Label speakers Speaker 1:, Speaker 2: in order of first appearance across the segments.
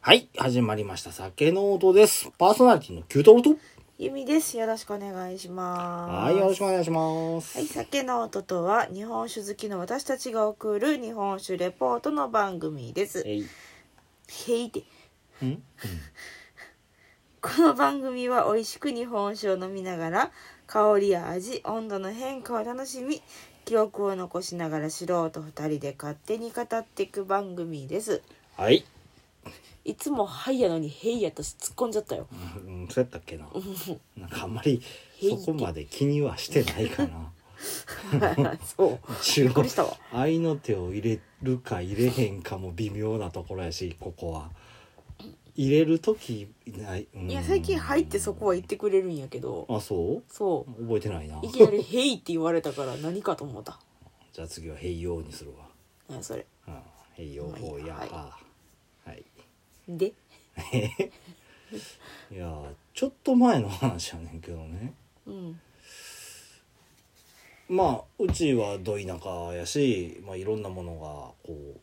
Speaker 1: はい、始まりました。酒の音です。パーソナリティの九太郎と。
Speaker 2: ゆみです。よろしくお願いします。
Speaker 1: はい、よろしくお
Speaker 2: は
Speaker 1: 願いします。
Speaker 2: い、酒の音とは日本酒好きの私たちが送る日本酒レポートの番組です。
Speaker 1: えい。
Speaker 2: へいて。
Speaker 1: うん。
Speaker 2: この番組は美味しく日本酒を飲みながら香りや味、温度の変化を楽しみ、記憶を残しながら素人二人で勝手に語っていく番組です。
Speaker 1: はい。
Speaker 2: いつもはいやのにへいやと突っ込んじゃったよ。
Speaker 1: うん、そうやったっけな。なんかあんまり、そこまで気にはしてないかな。
Speaker 2: そう。
Speaker 1: 一
Speaker 2: びっくりしたわ
Speaker 1: 愛の手を入れるか入れへんかも微妙なところやし、ここは。入れる時ない。うん
Speaker 2: いや、最近はいってそこは言ってくれるんやけど、
Speaker 1: あ、そ
Speaker 2: そ
Speaker 1: う。。
Speaker 2: う。
Speaker 1: 覚えてないない
Speaker 2: きなり「ヘイ」って言われたから何かと思った
Speaker 1: じゃあ、次は併用にするわ。
Speaker 2: 何やそれ
Speaker 1: うん。併用、
Speaker 2: まあいいや
Speaker 1: おうや
Speaker 2: はい
Speaker 1: あはい。
Speaker 2: で
Speaker 1: いやーちょっと前の話やねんけどね
Speaker 2: うん
Speaker 1: まあうちはど田舎やし、まあ、いろんなものがこう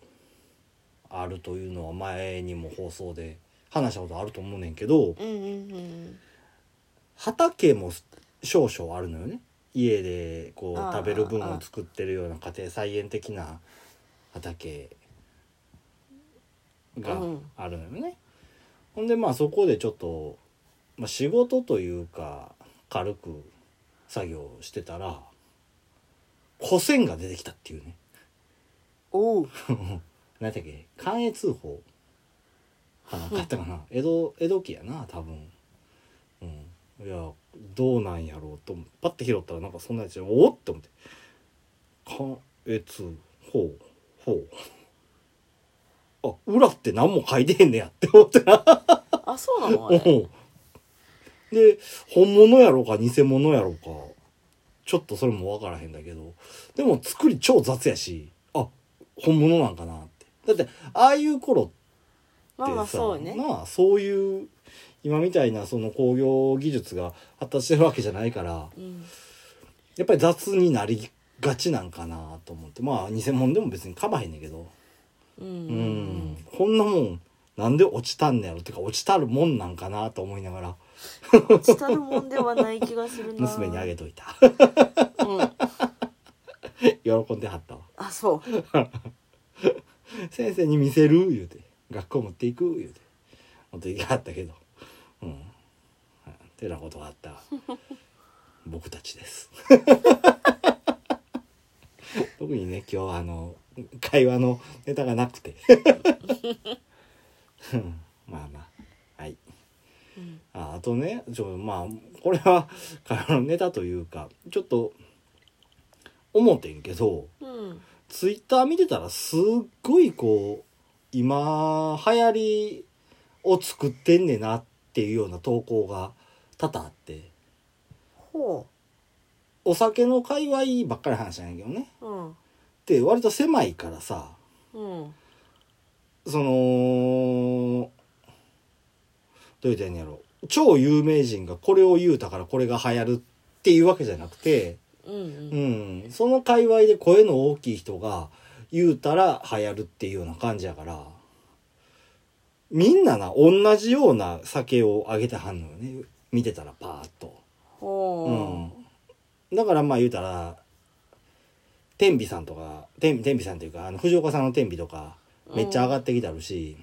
Speaker 1: あるというのは前にも放送で話したことあると思うねんけど
Speaker 2: うんうんうん
Speaker 1: 畑も少々あるのよね家でこ
Speaker 2: あ
Speaker 1: う
Speaker 2: ー
Speaker 1: 食べる分を作ってるような家庭菜園的な畑が
Speaker 2: うん
Speaker 1: あるのよね。ほんでまあそこでちょっと、まあ、仕事というか軽く作業をしてたら古銭が出てきたっていうね
Speaker 2: おう
Speaker 1: 何だっけ関越通報かなんかやったかな江戸江戸期やな多分うんいやどうなんやろうと思ってパッて拾ったらなんかそんなやつおおって思って関越法法あ裏って何も書いてへんねやって思ってな
Speaker 2: あそうな のあれ
Speaker 1: うんで本物やろうか偽物やろうかちょっとそれも分からへんだけどでも作り超雑やしあ本物なんかなってだってああいう頃って
Speaker 2: まあまあ
Speaker 1: さ
Speaker 2: そうね
Speaker 1: まあそういう今みたいなその工業技術が発達してるわけじゃないから
Speaker 2: うん
Speaker 1: やっぱり雑になりがちなんかなと思ってまあ偽物でも別にかまへんねんけど
Speaker 2: う
Speaker 1: うん
Speaker 2: ん
Speaker 1: こんなもんなんで落ちたんねやろってか落ちたるもんなんかなと思いながら
Speaker 2: 落ちたるもんではない気がするな
Speaker 1: 娘にあげといた
Speaker 2: うん
Speaker 1: 喜んではったわ
Speaker 2: あそう
Speaker 1: 先生に見せる言うて学校持っていく言うて持っていかはったけどうんはいてなことがあった 僕たちです 特にね今日はあの会話のネタがなくて うんまあまあはい
Speaker 2: うん
Speaker 1: ああとねちょまあこれは会話のネタというかちょっと思ってんけど
Speaker 2: うん
Speaker 1: ツイッター見てたらすっごいこう今流行りを作ってんねんなっていうような投稿が多々あって
Speaker 2: ほ
Speaker 1: お酒の界隈ばっかりの話なんやけどね
Speaker 2: ううん
Speaker 1: で割と狭いからさ
Speaker 2: うん
Speaker 1: そのどう言うたらいいんやろ超有名人がこれを言うたからこれが流行るっていうわけじゃなくて
Speaker 2: うんう
Speaker 1: うんんその界隈で声の大きい人が言うたら流行るっていうような感じやからみんなな同じような酒をあげてはんのよね見てたらパーッと、
Speaker 2: ほ
Speaker 1: うん、だからまあ言うたら天美さんとか天天美さんというかあの藤岡さんの天美とかめっちゃ上がってきたるし、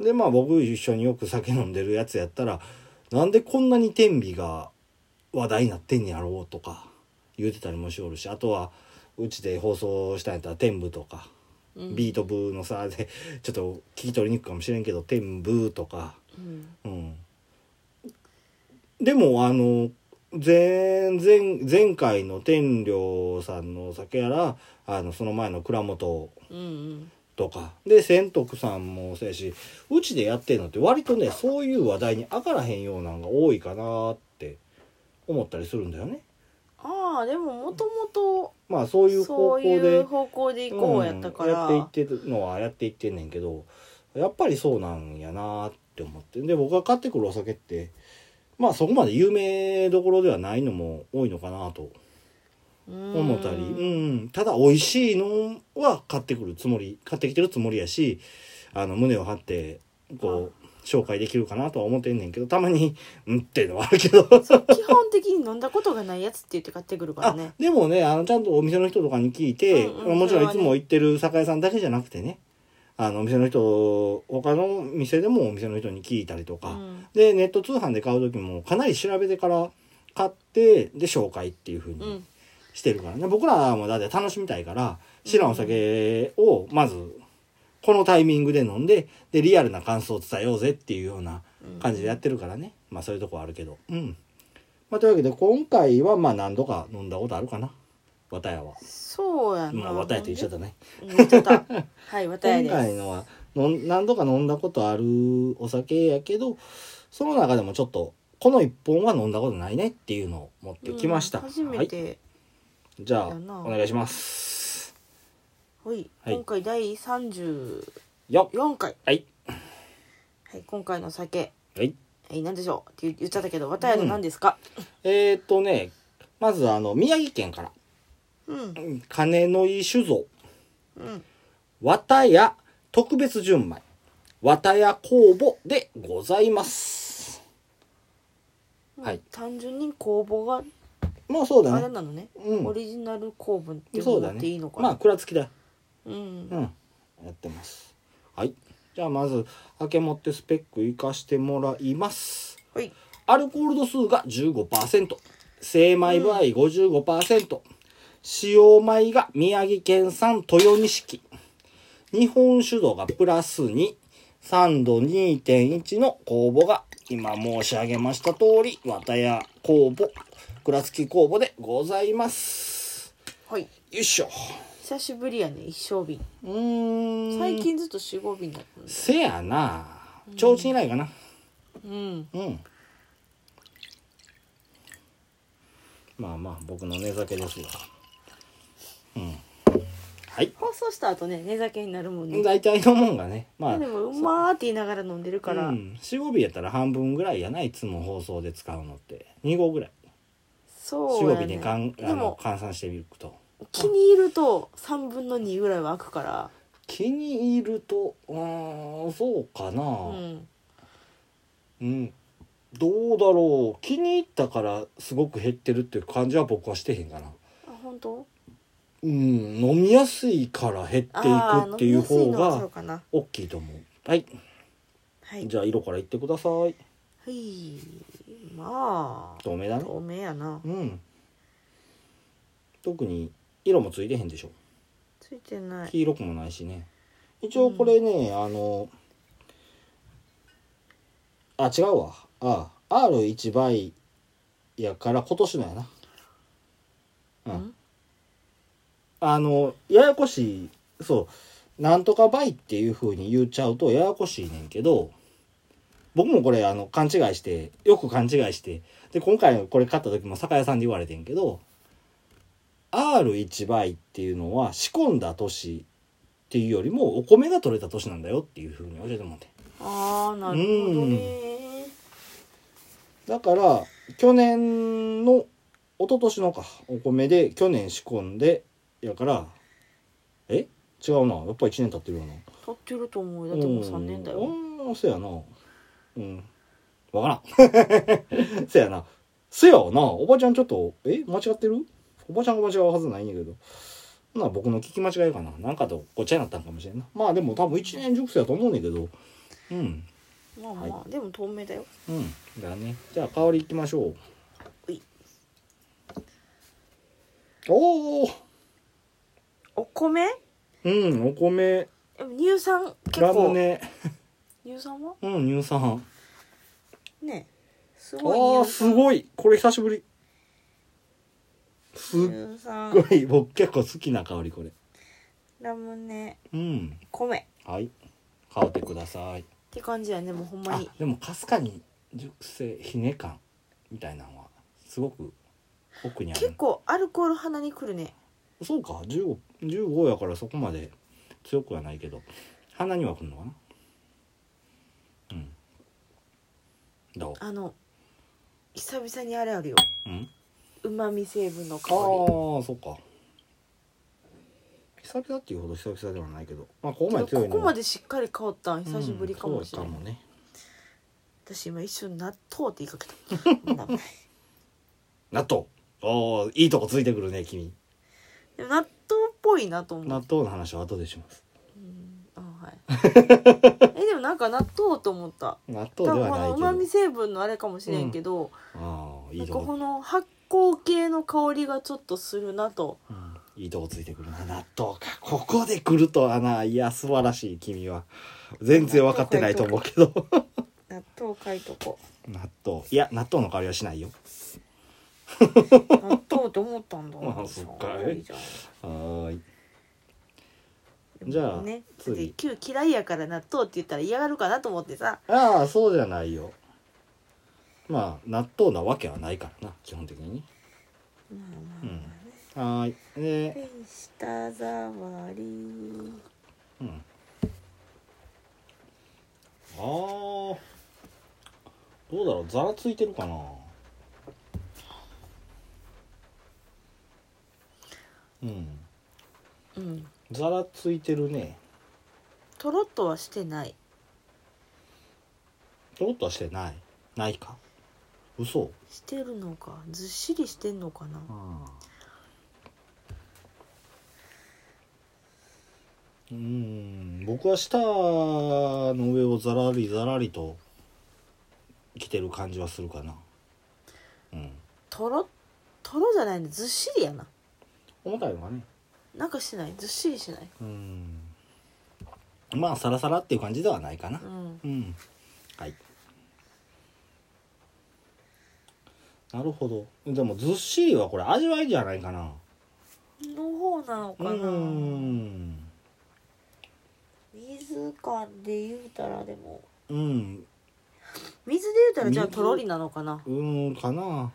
Speaker 1: でまあ僕一緒によく酒飲んでるやつやったらなんでこんなに天美が話題になってんやろうとか言うてたりもしおるしあとはうちで放送したんやったら天部とか、
Speaker 2: うん
Speaker 1: ビート部のさでちょっと聞き取りにくいかもしれんけど天部とか、
Speaker 2: うん
Speaker 1: うん、でもあの前前前回の天領さんのお酒やらあのその前の倉本
Speaker 2: うんうん
Speaker 1: とかで千徳さんもそうやしうちでやってるのって割とねそういう話題に上がらへんようなんが多いかなって思ったりするんだよね。
Speaker 2: ああでももともと
Speaker 1: まあそういう方
Speaker 2: そ
Speaker 1: 向
Speaker 2: うい
Speaker 1: で
Speaker 2: う方向で行こうやったか
Speaker 1: う
Speaker 2: ら
Speaker 1: んやっていってるのはやっていってんねんけどやっぱりそうなんやなって思ってで僕が買ってくるお酒ってまあそこまで有名どころではないのも多いのかなと思
Speaker 2: 思
Speaker 1: ったりうん、ただ美味しいのは買ってくるつもり買ってきてるつもりやしあの胸を張ってこう紹介できるかなとは思ってんねんけどたまに「うん」っていうのはあるけど
Speaker 2: 基本的に飲んだことがないやつって言って買ってくるから
Speaker 1: あ
Speaker 2: ね
Speaker 1: でもねあのちゃんとお店の人とかに聞いて、
Speaker 2: うんうん
Speaker 1: もちろんい
Speaker 2: そ
Speaker 1: つ
Speaker 2: れはね
Speaker 1: も行ってる酒屋さんだけじゃなくてねあのお店の人他の店でもお店の人に聞いたりと
Speaker 2: う
Speaker 1: か、
Speaker 2: ん
Speaker 1: でネット通販で買う時もかなり調べてから買ってで紹介っていう風
Speaker 2: う
Speaker 1: に
Speaker 2: ん
Speaker 1: してるからね、僕らもだって楽しみたいから知らんお酒をまずこのタイミングで飲んででリアルな感想を伝えようぜっていうような感じでやってるからね、まあそういうとこはあるけどうん。まあ、というわけで今回はまあ何度か飲んだことあるかな綿屋は。
Speaker 2: そうやな
Speaker 1: まあ綿屋と一緒だね。
Speaker 2: うん言っ てたはい
Speaker 1: 今
Speaker 2: 綿屋です
Speaker 1: 回のは飲ん何度か飲んだことあるお酒やけどその中でもちょっとこの一本は飲んだことないねっていうのを持ってきました、
Speaker 2: うん初
Speaker 1: は
Speaker 2: め
Speaker 1: い、
Speaker 2: て
Speaker 1: じゃあ
Speaker 2: だな
Speaker 1: お願いします
Speaker 2: はい
Speaker 1: はい
Speaker 2: 今回第34
Speaker 1: よっ
Speaker 2: 回
Speaker 1: はい
Speaker 2: はい今回の酒
Speaker 1: はい
Speaker 2: えー何でしょうって言っちゃったけど綿屋の何ですか
Speaker 1: えー、っとねまずあの宮城県から
Speaker 2: うん
Speaker 1: うん金の井酒造
Speaker 2: うん
Speaker 1: 綿屋特別純米綿屋工房でございますはい
Speaker 2: 単純に工房が
Speaker 1: もうそう
Speaker 2: あ
Speaker 1: だ
Speaker 2: れ
Speaker 1: ね
Speaker 2: なのね
Speaker 1: うん
Speaker 2: オリジナル公文って
Speaker 1: そう
Speaker 2: 思
Speaker 1: だ
Speaker 2: っていい
Speaker 1: ね
Speaker 2: のか
Speaker 1: まあ
Speaker 2: な
Speaker 1: 蔵付きだよ
Speaker 2: うん
Speaker 1: うん、やってます。はい。じゃあまず、開け持ってスペック活かしてもらいます。
Speaker 2: はい
Speaker 1: アルコール度数が15%、精米部合55%、使用米が宮城県産豊錦、日本酒度がプラス2、酸度2.1の酵母が、今申し上げました通り、綿屋酵母、蔵付き酵母でございます。
Speaker 2: はい
Speaker 1: よいしょ。
Speaker 2: 久しぶりやね一升瓶
Speaker 1: うーん。
Speaker 2: 最近ずっと四合瓶だったんです
Speaker 1: せやな提灯以来かな
Speaker 2: うん
Speaker 1: うん、まあまあ僕の寝酒ですわうんはい
Speaker 2: 放送した後ね寝酒になるもんね
Speaker 1: 大体のもんがねまあ
Speaker 2: でもうまーって言いながら飲んでるから、
Speaker 1: うん、45尾やったら半分ぐらいやないつも放送で使うのって2合ぐらい
Speaker 2: そ
Speaker 1: 45
Speaker 2: うや
Speaker 1: 尾
Speaker 2: ね
Speaker 1: でかんあ
Speaker 2: で
Speaker 1: の
Speaker 2: も
Speaker 1: 換算してみると
Speaker 2: 気に入ると3分の2ぐらいは開くから
Speaker 1: 気に入るとうーんそうかな
Speaker 2: うん
Speaker 1: うん、どうだろう気に入ったからすごく減ってるっていう感じは僕はしてへんかな
Speaker 2: あ本当
Speaker 1: うん飲みやすいから減ってい
Speaker 2: あ
Speaker 1: く
Speaker 2: ー
Speaker 1: っていう
Speaker 2: 飲
Speaker 1: 方
Speaker 2: みやすいのはそう
Speaker 1: が
Speaker 2: かな
Speaker 1: 大きいと思うはい
Speaker 2: はい
Speaker 1: じゃあ色からいってください
Speaker 2: はいまあ
Speaker 1: 透明だね
Speaker 2: 透明やな
Speaker 1: うん特に色もついてへんでしょ
Speaker 2: ついてない
Speaker 1: 黄色くもないしね一応これね、あのあ違うわあ R1 倍やから今年のやなうん
Speaker 2: ん
Speaker 1: あのややこしいそうなんとか倍っていう風に言っちゃうとややこしいねんけど僕もこれあの勘違いしてよく勘違いしてで今回これ買った時も酒屋さんで言われてんけど R1 倍っていうのは仕込んだ年っていうよりもお米が取れた年なんだよっていう風に教えてもらって
Speaker 2: あーなるほどね
Speaker 1: だから去年の一昨年のかお米で去年仕込んでやからえ違うなやっぱ1年経ってるよな
Speaker 2: 取ってると思うよだってもう3年だよ
Speaker 1: うんうんそやなうんわからん そやなそやなおばちゃんちょっとえ間違ってるおばちゃんが間違うはずないんやけどほな僕の聞き間違いかななんかとごっちゃになったんかもしれんなまあでも多分1年熟成やと思うねんだけどうん
Speaker 2: まあまあでも透明だよ
Speaker 1: うんだねじゃあ香りいきましょう
Speaker 2: うい
Speaker 1: おお
Speaker 2: お米
Speaker 1: うんお米
Speaker 2: でも乳酸結
Speaker 1: ラム
Speaker 2: 構
Speaker 1: ネ
Speaker 2: 乳酸は
Speaker 1: うん乳酸
Speaker 2: ねす
Speaker 1: あ
Speaker 2: ごい
Speaker 1: ー
Speaker 2: 乳
Speaker 1: す
Speaker 2: 酸
Speaker 1: ごいこれ久しぶりすっ
Speaker 2: 乳酸
Speaker 1: ごい僕結構好きな香りこれ
Speaker 2: ラムネ
Speaker 1: うん
Speaker 2: 米っ
Speaker 1: はい香ってください
Speaker 2: て感じやねもうほんま
Speaker 1: あ
Speaker 2: に
Speaker 1: でもかすかに熟成ひね感みたいなのはすごく奥にあ
Speaker 2: 結
Speaker 1: る
Speaker 2: 構アルコール鼻にくるね
Speaker 1: そうか15 15やからそこまで強くはないけど鼻にはくんのかなうんど
Speaker 2: あの久々にあれあるよ
Speaker 1: ううん
Speaker 2: うまみ成分の香
Speaker 1: ああそっか久久々っていうほど久々ではないけど、まあ、ここまで強
Speaker 2: こ
Speaker 1: いの
Speaker 2: こ
Speaker 1: は
Speaker 2: までしっかり変わったん久しぶりかもしれない、
Speaker 1: うんそうかもね
Speaker 2: 私今一瞬納豆って言いかけ たなんか
Speaker 1: 納豆おーいいとこついてくるね君
Speaker 2: でも納豆っぽいなと思う
Speaker 1: 納豆の話は後でします
Speaker 2: あはい えでもなんか納豆と思った
Speaker 1: 納
Speaker 2: 多
Speaker 1: 豆では
Speaker 2: 分こ
Speaker 1: ない
Speaker 2: の
Speaker 1: け
Speaker 2: う
Speaker 1: ど
Speaker 2: まみ成分のあれかもしれんけど、
Speaker 1: ああい
Speaker 2: なん
Speaker 1: い
Speaker 2: か
Speaker 1: と
Speaker 2: こ
Speaker 1: こ、
Speaker 2: の発酵系の香りがちょっとするなと
Speaker 1: うんいいとこついてくるな納豆かここで来るとはないや素晴らしい君は全然分かってないと思うけど
Speaker 2: 納豆書いとこ
Speaker 1: 納豆いや納豆の香りはしないよ
Speaker 2: 納豆と思ったんだ
Speaker 1: あそっかい
Speaker 2: いじゃん
Speaker 1: はーいじゃあ
Speaker 2: ね
Speaker 1: 次
Speaker 2: だって Q 嫌いやから納豆って言ったら嫌がるかなと思ってさ
Speaker 1: ああそうじゃないよまあ納豆なわけはないからな基本的に
Speaker 2: まあまあ
Speaker 1: うんはーいで、
Speaker 2: で舌触り
Speaker 1: うん、あーどうだろうざらついてるかなうん
Speaker 2: うん
Speaker 1: ざらついてるね
Speaker 2: とろっとはしてない
Speaker 1: とろっとはしてないないか嘘
Speaker 2: してるのかずっしりしてんのかな
Speaker 1: うーん僕は舌の上をざらりざらりと来てる感じはするかなうん
Speaker 2: とろとろじゃないねずっしりやな
Speaker 1: 重たいのがね
Speaker 2: なんかしてないずっしりしない
Speaker 1: うんまあサラサラっていう感じではないかな
Speaker 2: うん
Speaker 1: うんはいなるほどでもずっしりはこれ味わいじゃないかな
Speaker 2: の方なの
Speaker 1: う
Speaker 2: かなん水感で言うたらでも
Speaker 1: うん
Speaker 2: 水で言うたらじゃあ
Speaker 1: 水
Speaker 2: とろりなのかな
Speaker 1: うーんかな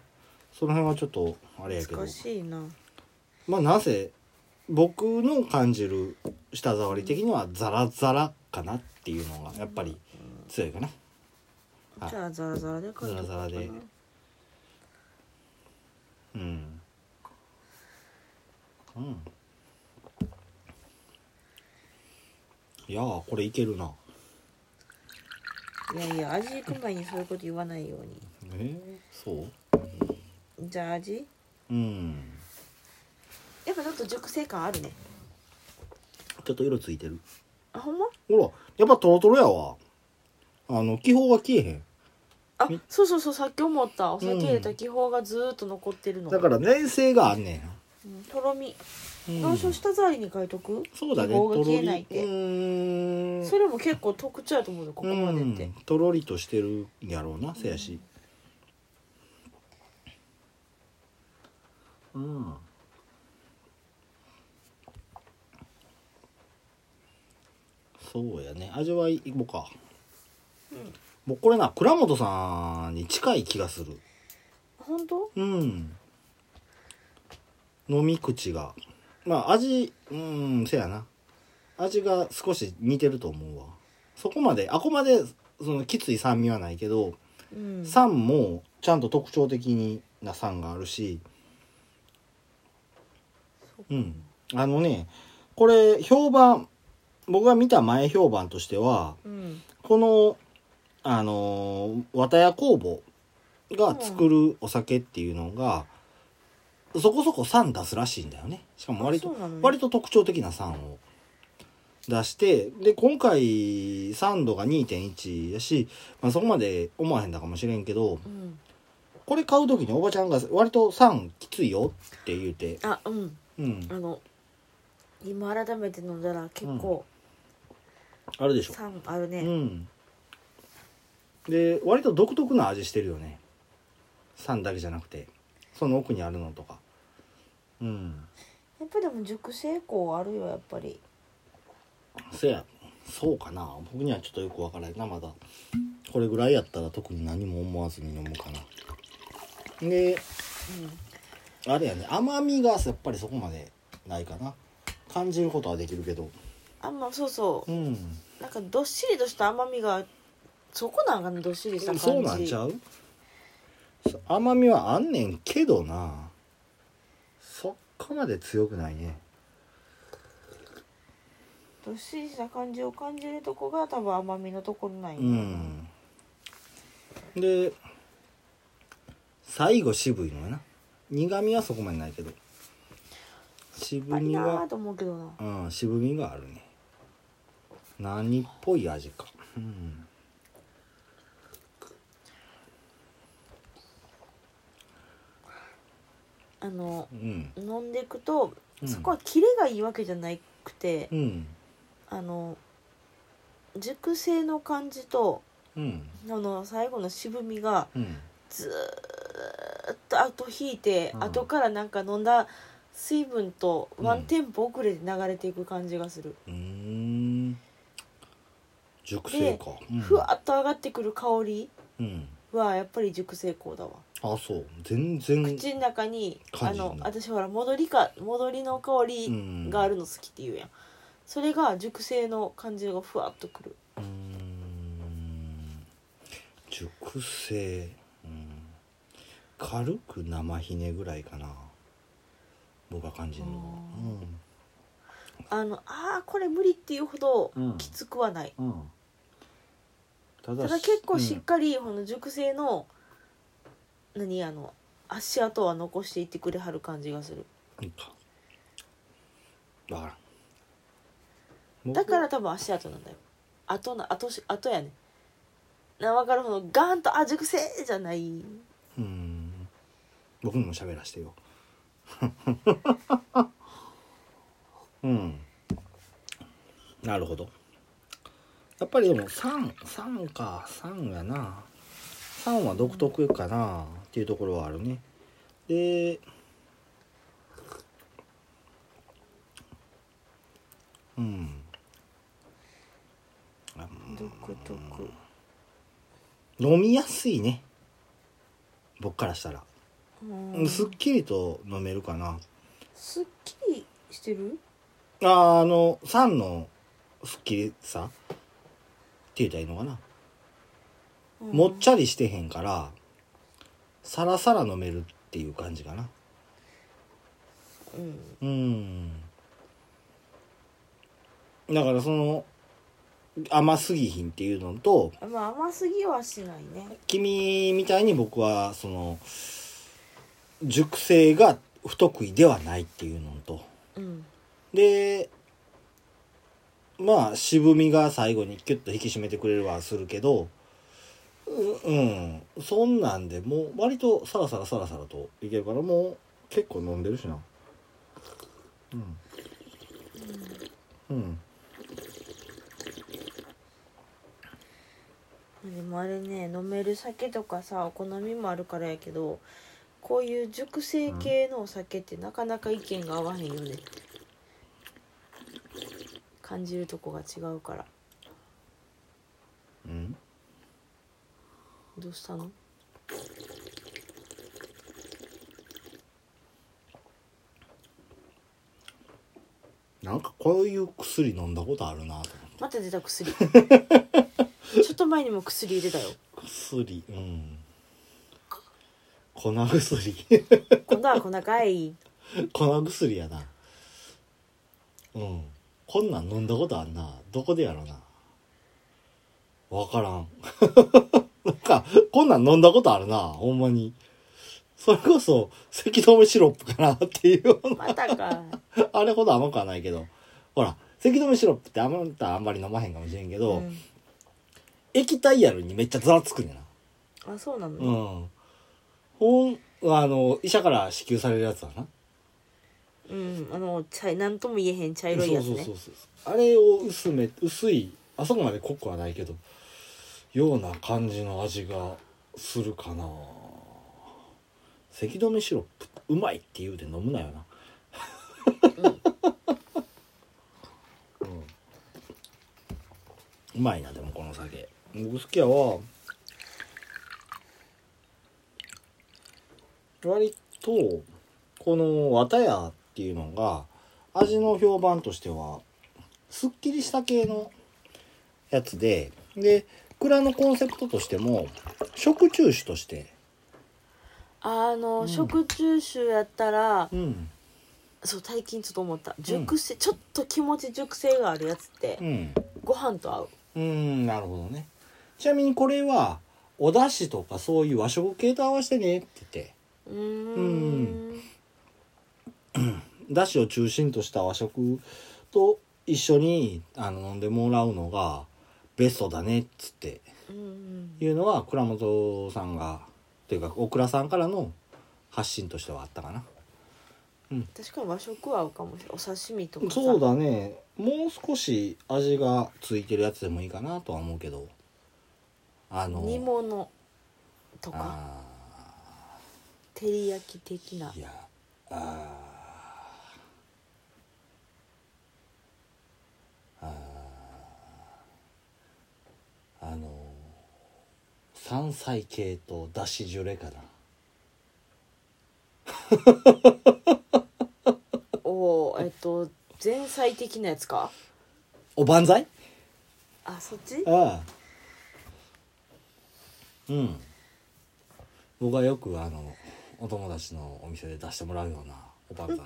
Speaker 1: その辺はちょっとあれやけど
Speaker 2: 難しいな
Speaker 1: まあなぜ僕の感じる舌触り的にはザラザラかなっていうのがやっぱり強いかなはい
Speaker 2: じゃあザラザラで書いとこうかな
Speaker 1: ザラザラでうんうんいやーこれいけるない
Speaker 2: やいや味行く前にそういうこと言わないように
Speaker 1: えー、そう
Speaker 2: じゃあ味
Speaker 1: うん
Speaker 2: やっぱちょっと熟成感あるね
Speaker 1: ちょっと色ついてる
Speaker 2: あほんま
Speaker 1: ほらやっぱトロトロやわあの気泡が消えへん
Speaker 2: あそうそうそうさっき思ったお酒入れた気泡がずーっと残ってるの、
Speaker 1: だから粘性があんねんな
Speaker 2: うんとろみ
Speaker 1: うん
Speaker 2: どうしよう舌触りに書いとく
Speaker 1: そうだね
Speaker 2: 希望が消え
Speaker 1: とろり
Speaker 2: ないって
Speaker 1: うーん
Speaker 2: それも結構特徴やと思うよここまでって
Speaker 1: うん、とろりとしてるんやろうなせやしうんそうやね味わいいこうか、もうこれな倉本さんに近い気がする
Speaker 2: 本当
Speaker 1: うん飲み口がまあ味うんせやな味が少し似てると思うわそこまであくまでそのきつい酸味はないけど、
Speaker 2: うん
Speaker 1: 酸もちゃんと特徴的な酸があるしうんあのねこれ評判僕が見た前評判としては
Speaker 2: うん
Speaker 1: このあのー綿屋工房が作るお酒っていうのが、そこそこ酸出すらしいんだよねしかも割
Speaker 2: あ
Speaker 1: と、
Speaker 2: そうなのね
Speaker 1: 割と特徴的な酸を出してで今回酸度が2.1やし、まあ、そこまで思わへんだかもしれんけど
Speaker 2: うん
Speaker 1: これ買う時におばちゃんが割と酸きついよって言うて、
Speaker 2: あうん
Speaker 1: うん
Speaker 2: あ、の今改めて飲んだら結構
Speaker 1: あるでしょ
Speaker 2: 酸あるね、
Speaker 1: うん、で割と独特な味してるよね酸だけじゃなくてその奥にあるのとかうん
Speaker 2: やっぱでも熟成香あるよやっぱり
Speaker 1: せやそうかな僕にはちょっとよくわからないなまだこれぐらいやったら特に何も思わずに飲むかなであれやね甘みがやっぱりそこまでないかな感じることはできるけど
Speaker 2: あんまそうそ
Speaker 1: うん
Speaker 2: うなんかどっしりとした甘みがそこなんかなどっしりした感じ
Speaker 1: そうなんちゃう甘みはあんねんけどなそこまで強くないね
Speaker 2: どっしりした感じを感じるとこが多分甘みのところなんや、
Speaker 1: うんで最後渋いのやな苦みはそこまでないけど
Speaker 2: や
Speaker 1: 渋
Speaker 2: っぱり
Speaker 1: み
Speaker 2: な
Speaker 1: は
Speaker 2: ーと思うけどな
Speaker 1: うん渋みがあるね何っぽい味かうん
Speaker 2: あの
Speaker 1: うん
Speaker 2: 飲んでいくと、
Speaker 1: うん
Speaker 2: そこはキレがいいわけじゃなくて、
Speaker 1: うん
Speaker 2: あの熟成の感じと
Speaker 1: うん
Speaker 2: あの最後の渋みが
Speaker 1: うん
Speaker 2: ずーっと後引いて、
Speaker 1: うん
Speaker 2: 後からなんか飲んだ水分とワ
Speaker 1: うん
Speaker 2: ンテンポ遅れて流れていく感じがする、
Speaker 1: うーん熟成か、うん、
Speaker 2: ふわっと上がってくる香り
Speaker 1: うん
Speaker 2: はやっぱり熟成香だわ、
Speaker 1: あそう全然
Speaker 2: 口の中にあ
Speaker 1: 感じる
Speaker 2: の
Speaker 1: な
Speaker 2: 私ほら戻りか戻りの香りがあるの好きって言うやん、それが熟成の感じがふわっとくる
Speaker 1: うーん熟成、うん、軽く生ひねぐらいかな僕が感じるのは
Speaker 2: あのあーこれ無理っていうほど
Speaker 1: うん
Speaker 2: きつくはない、
Speaker 1: うん、うん、た
Speaker 2: ただ結構しっかりこの熟成の、何あの足跡は残していってくれはる感じがする
Speaker 1: り、うん、かだからん
Speaker 2: だから多分足跡なんだよ後の後し後やねな分かるほどガーンとあ熟成じゃない
Speaker 1: 僕うん僕にも喋らせてよ うんなるほどやっぱりでも33か3やな3は独特かなっていうところはあるねでうんあ
Speaker 2: 独特
Speaker 1: 飲みやすいね僕からしたら、
Speaker 2: うん
Speaker 1: すっきりと飲めるかな
Speaker 2: すっきりしてる
Speaker 1: あーあの酸のすっきりさって言ったらいいのかな、もっちゃりしてへんからサラサラ飲めるっていう感じかなう
Speaker 2: うん
Speaker 1: んだからその甘すぎひんっていうのと
Speaker 2: まあ甘すぎはしないね
Speaker 1: 君みたいに僕はその熟成が不得意ではないっていうのと
Speaker 2: うん
Speaker 1: でまあ渋みが最後にキュッと引き締めてくれるはするけどううんそんなんでもう割とサラサラサラサラといけるからもう結構飲んでるしなうんうん
Speaker 2: でもあれね飲める酒とかさお好みもあるからやけどこういう熟成系のお酒ってなかなか意見が合わへんよね感じるとこが違うから
Speaker 1: うん
Speaker 2: どうしたの
Speaker 1: なんかこういう薬飲んだことあるなと思って
Speaker 2: また出 た薬ちょっと前にも薬入れたよ
Speaker 1: 薬うん粉薬
Speaker 2: 今度は粉かい
Speaker 1: 粉薬やなうんこんなん飲んだことあんなどこでやろなわからん なんかこんなん飲んだことあるなほんまにそれこそせき止めシロップかなっていう よう
Speaker 2: またか
Speaker 1: なあれほど甘くはないけどほらせき止めシロップってあんまりあんまり飲まへんかもしれんけど、
Speaker 2: うん
Speaker 1: 液体やるにめっちゃざわつくんやな
Speaker 2: あそうなの、
Speaker 1: うん。本、あの、医者から支給されるやつだな。
Speaker 2: うん、あの茶なんとも言えへん茶色いやつね
Speaker 1: そうそうそうそう。あれを薄め、薄い、あそこまで濃くはないけど、ような感じの味がするかな。咳止めシロップ、うまいって言うて飲むなよな。うんうまいな、でもこの酒。僕好きやわ。割とこの綿屋っていうのが味の評判としてはすっきりした系のやつでで蔵のコンセプトとしても食中酒として
Speaker 2: あの、
Speaker 1: うん
Speaker 2: 食中酒やったら
Speaker 1: うん
Speaker 2: そう最近ちょっと思った熟成、ちょっと気持ち熟成があるやつって、
Speaker 1: うん
Speaker 2: ご飯と合う
Speaker 1: うんなるほどねちなみにこれはお出汁とかそういう和食系と合わせてねって言って
Speaker 2: うーん
Speaker 1: だしを中心とした和食と一緒にあの飲んでもらうのがベストだねっつって
Speaker 2: うんうん
Speaker 1: いうのは倉本さんがというか大倉さんからの発信としてはあったかな
Speaker 2: 確かに和食は合うかもしれないお刺身とかさ
Speaker 1: そうだねもう少し味がついてるやつでもいいかなとは思うけどあの
Speaker 2: 煮物とか
Speaker 1: あ
Speaker 2: 照り焼き的な
Speaker 1: ーいやあーあーあの山菜系とだしジュレかな
Speaker 2: おーえっと前菜的なやつか
Speaker 1: おばんざい
Speaker 2: あそっち
Speaker 1: ああうん僕はよくあのお友達のお店で出してもらうようなおばんざい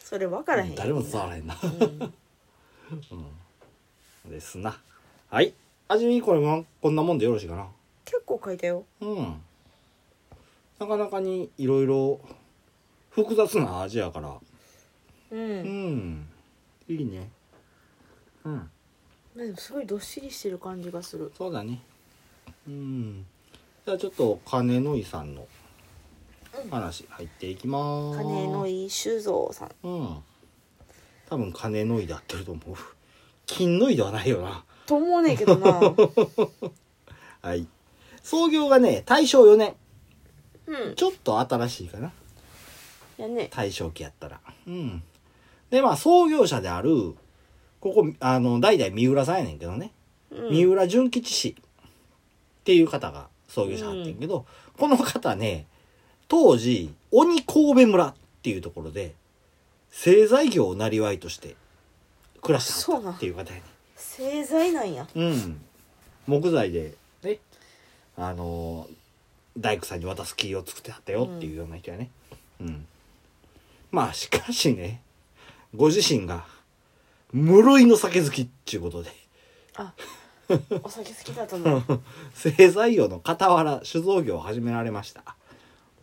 Speaker 2: それ分からへん
Speaker 1: 誰も伝わらへんな
Speaker 2: うん
Speaker 1: ですなはい味見これもこんなもんでよろしいかな
Speaker 2: 結構書いたよ
Speaker 1: うんなかなかにいろいろ複雑な味やから
Speaker 2: う、
Speaker 1: うんんいいねうん
Speaker 2: でもすごいどっしりしてる感じがする
Speaker 1: そうだねうんじゃあちょっと金の井さんの話入っていきまーす
Speaker 2: 金の井酒造さん
Speaker 1: うん多分金の井だってると思う金の井ではないよな
Speaker 2: と思うねんけどな
Speaker 1: はい創業がね大正4年
Speaker 2: うん
Speaker 1: ちょっと新しいかない
Speaker 2: やね
Speaker 1: 大正期やったらうんでまあ創業者であるここあの代々三浦さんやねんけどね、
Speaker 2: うん
Speaker 1: 三浦純吉氏っていう方が創業者だってんけど、この方ね当時鬼神戸村っていうところで製材業を生りとして暮らしてはったっていう方やね
Speaker 2: 製材なんや
Speaker 1: うん木材でねあの大工さんに渡す木を作ってはったよっていうような人やねうん、まあしかしねご自身が無類の酒好きっちゅうことで
Speaker 2: あお酒好きだったの
Speaker 1: 製材業の傍ら酒造業を始められました、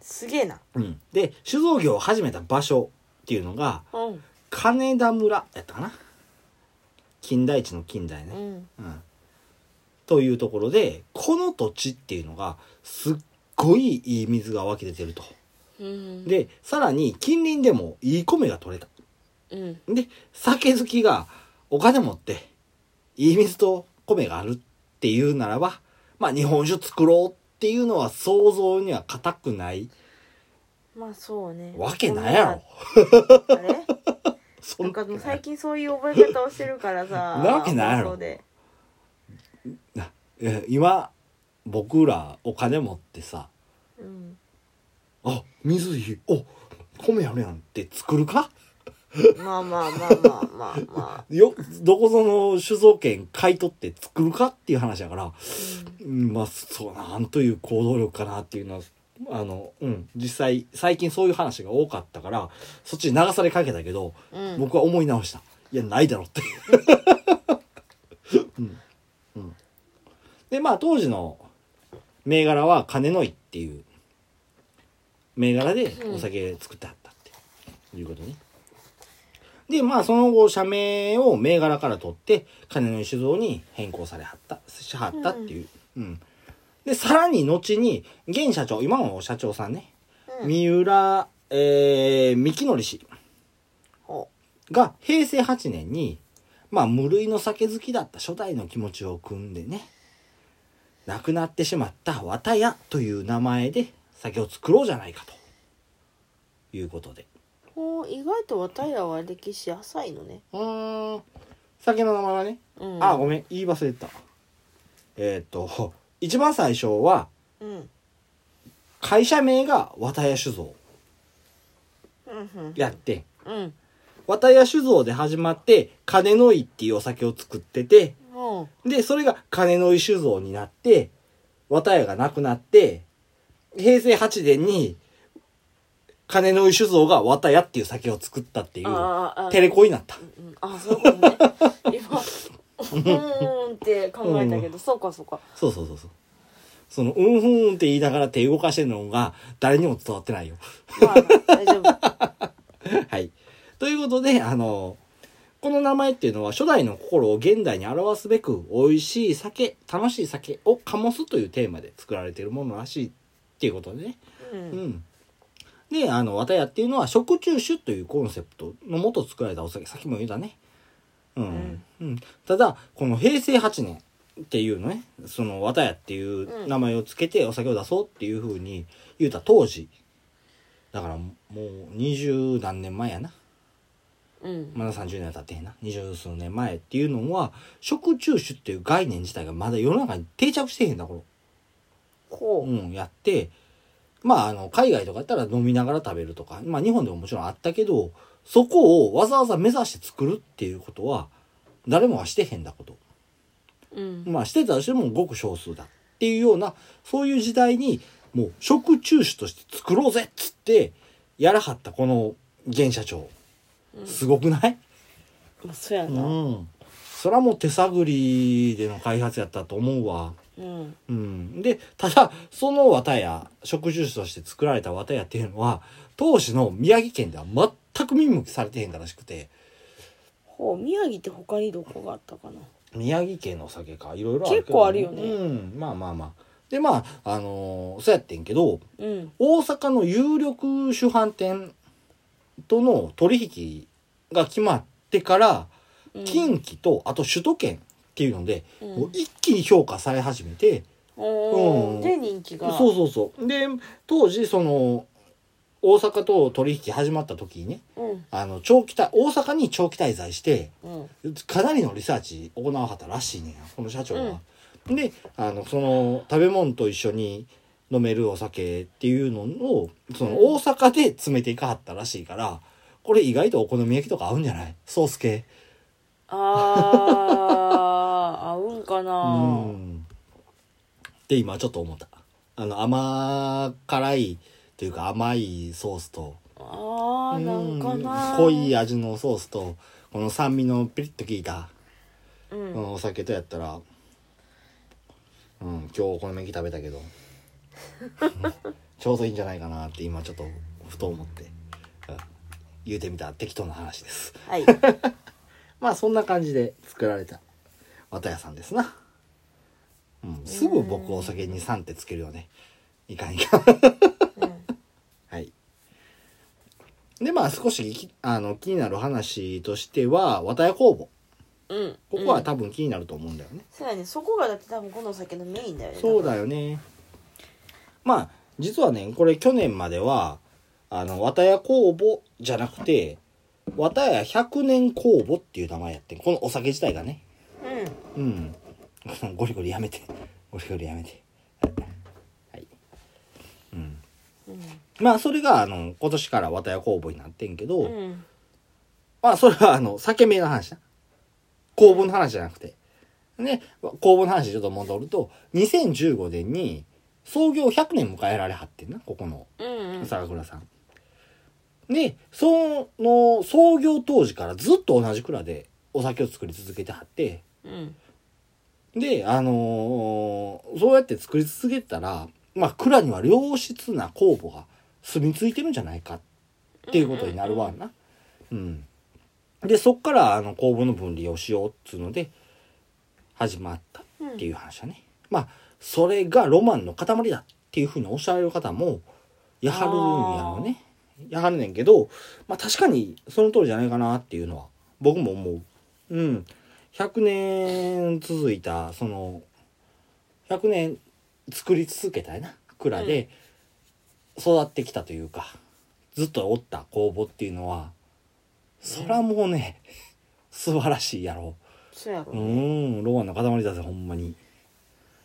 Speaker 2: すげえな
Speaker 1: うん、で酒造業を始めた場所っていうのが
Speaker 2: うん
Speaker 1: 金田村やったかな金田一の金田やね、
Speaker 2: うん
Speaker 1: うんというところでこの土地っていうのがすっごいいい水が湧き出てると。
Speaker 2: うん
Speaker 1: でさらに近隣でもいい米が取れた。
Speaker 2: うん
Speaker 1: で酒好きがお金持っていい水と米があるっていうならばまあ日本酒作ろうっていうのは想像には固くない
Speaker 2: まあそうね
Speaker 1: わけないや
Speaker 2: ろあれ
Speaker 1: ろ。そ
Speaker 2: なんん
Speaker 1: な
Speaker 2: かもう最近そういう覚え方をしてるからさ
Speaker 1: なわけないやろ
Speaker 2: 放送で
Speaker 1: え今僕らお金持ってさ
Speaker 2: うん
Speaker 1: あ水いいお米あるやんって作るか
Speaker 2: まあまあまあまあまあまあ
Speaker 1: よ、どこぞの酒造権買い取って作るかっていう話だから、うん、まあ、そうなんという行動力かなっていうのは、あの、うん、実際、最近そういう話が多かったから、そっちに流されかけたけど、
Speaker 2: うん
Speaker 1: 僕は思い直した。いや、ないだろって。うん。うん。で、まあ、当時の銘柄は金の井っていう銘柄でお酒作ってはったっていうことね。で、まあ、その後、社名を銘柄から取って、金の井酒造に変更されはった、しはったっていう。うん。で、さらに後に、現社長、今の社長さんね、
Speaker 2: うん
Speaker 1: 三浦、えー、三木則氏。
Speaker 2: お
Speaker 1: が平成8年に、まあ、無類の酒好きだった初代の気持ちを汲んでね亡くなってしまった綿屋という名前で酒を作ろうじゃないかということで
Speaker 2: お意外と綿屋は歴史浅いのね
Speaker 1: うーん酒の名前はね、
Speaker 2: うん
Speaker 1: あごめん言い忘れてたえーっと一番最初は
Speaker 2: うん
Speaker 1: 会社名が綿屋酒造
Speaker 2: うんうん
Speaker 1: やって
Speaker 2: うん
Speaker 1: 綿屋酒造で始まって金の井っていうお酒を作ってて、
Speaker 2: も
Speaker 1: で、それが金の井酒造になって、綿屋がなくなって、平成8年に、金の井酒造が綿屋っていう酒を作ったっていう
Speaker 2: あーあー
Speaker 1: テレコになった
Speaker 2: うんあそうかもね 今うーんって考えたけど、そうかそうか
Speaker 1: そうそうそうそうその「うんふーん」って言いながら手動かしてるのが誰にも伝わってないよ
Speaker 2: まあ大丈夫
Speaker 1: はいということであのこの名前っていうのは初代の心を現代に表すべく美味しい酒楽しい酒を醸すというテーマで作られているものらしいっていうことでね
Speaker 2: う
Speaker 1: うんん。で、あの、綿屋っていうのは、食中酒というコンセプトのもと作られたお酒、さっきも言うたね。うん。うん。ただ、この平成8年っていうのね、その綿屋っていう名前をつけてお酒を出そうっていうふうに言うた当時、だからもう二十何年前やな。
Speaker 2: うん
Speaker 1: まだ30年は経ってへんな。二十数年前っていうのは、食中酒っていう概念自体がまだ世の中に定着してへんだ、これ。
Speaker 2: こ
Speaker 1: うん、やって、まあ、あの、海外とかやったら飲みながら食べるとか、まあ、日本でももちろんあったけど、そこをわざわざ目指して作るっていうことは、誰もがしてへんだこと。
Speaker 2: ううん
Speaker 1: まあ、してたとしてもごく少数だっていうような、そういう時代に、もう、食中酒として作ろうぜっつって、やらはったこの、現社長。すごくない
Speaker 2: まあそうや
Speaker 1: う。
Speaker 2: なん
Speaker 1: そらもう手探りでの開発やったと思うわ。
Speaker 2: うん
Speaker 1: うん、でただその綿屋食住酒として作られた綿屋っていうのは当時の宮城県では全く見向きされてへんからしくて
Speaker 2: ほう宮城って他にどこがあったかな
Speaker 1: 宮城県のお酒かいろいろ
Speaker 2: 結構あるよね
Speaker 1: うん、まあまあまあでまああのーそうやってんけど
Speaker 2: うん
Speaker 1: 大阪の有力酒販店との取引が決まってから
Speaker 2: うん
Speaker 1: 近畿とあと首都圏っていうので、
Speaker 2: うん
Speaker 1: もう一気に評価され始めて、う
Speaker 2: お
Speaker 1: ん
Speaker 2: ーで人気が
Speaker 1: そうそうそうで当時その大阪と取引始まった時にね
Speaker 2: うん
Speaker 1: あの長期滞大阪に長期滞在して
Speaker 2: うん
Speaker 1: かなりのリサーチ行わはったらしいねんやこの社長は。であのその食べ物と一緒に飲めるお酒っていうのをその
Speaker 2: うん
Speaker 1: 大阪で詰めていかはったらしいからこれ意外とお好み焼きとか合うんじゃないソース系。
Speaker 2: あー合うんか
Speaker 1: う
Speaker 2: なん
Speaker 1: って今ちょっと思った。あの甘辛いというか甘いソースと
Speaker 2: あーなんかな
Speaker 1: 濃い味のソースとこの酸味のピリッと効いた、
Speaker 2: う
Speaker 1: うんん、お酒とやったら、うん、今日お好み焼き食べたけどうんちょうどいいんじゃないかなって今ちょっとふと思って、うん言うてみた適当な話です
Speaker 2: はい
Speaker 1: まあそんな感じで作られた綿屋さんですな、うん、すぐ僕お酒に3ってつけるよねいかんいかんはい。で、まあ少しきあの気になる話としては、綿屋工房。
Speaker 2: うん
Speaker 1: ここは多分気になると思うんだよね。
Speaker 2: そうやねそこがだって多分このお酒のメインだよね
Speaker 1: そうだよね。まあ、実はね、これ去年までは、あの、綿屋工房じゃなくて、綿屋100年工房っていう名前やってんこのお酒自体がね。
Speaker 2: うん
Speaker 1: うん。 ゴリゴリやめて。ゴリゴリやめて。はい。うん。
Speaker 2: う
Speaker 1: まあ、それが、あの、今年から綿屋工房になってんけど、
Speaker 2: んうん
Speaker 1: まあ、それは、あの、酒名の話だ。公文の話じゃなくて。ね、公文の話にちょっと戻ると、2015年に創業100年迎えられはってんな、ここの
Speaker 2: うんうん
Speaker 1: 酒蔵さん。で、その、創業当時からずっと同じ蔵でお酒を作り続けてはって、
Speaker 2: うん
Speaker 1: で、あのーそうやって作り続けてたら、まあ、蔵には良質な酵母が住み着いてるんじゃないかっていうことになるわな。うん。で、そっから、あの、酵母の分離をしようっつうので、始まったっていう話だね。まあ、それがロマンの塊だっていうふうにおっしゃられる方も、やはるんやろうね。やはるねんけど、まあ確かにその通りじゃないかなっていうのは、僕も思う。うん。100年続いた、その、100年作り続けたいな、蔵で育ってきたというか、ずっとおった工房っていうのは、そらもうね、素晴らしいやろう。
Speaker 2: そうやろ
Speaker 1: うーんロマンの塊だぜほんまに、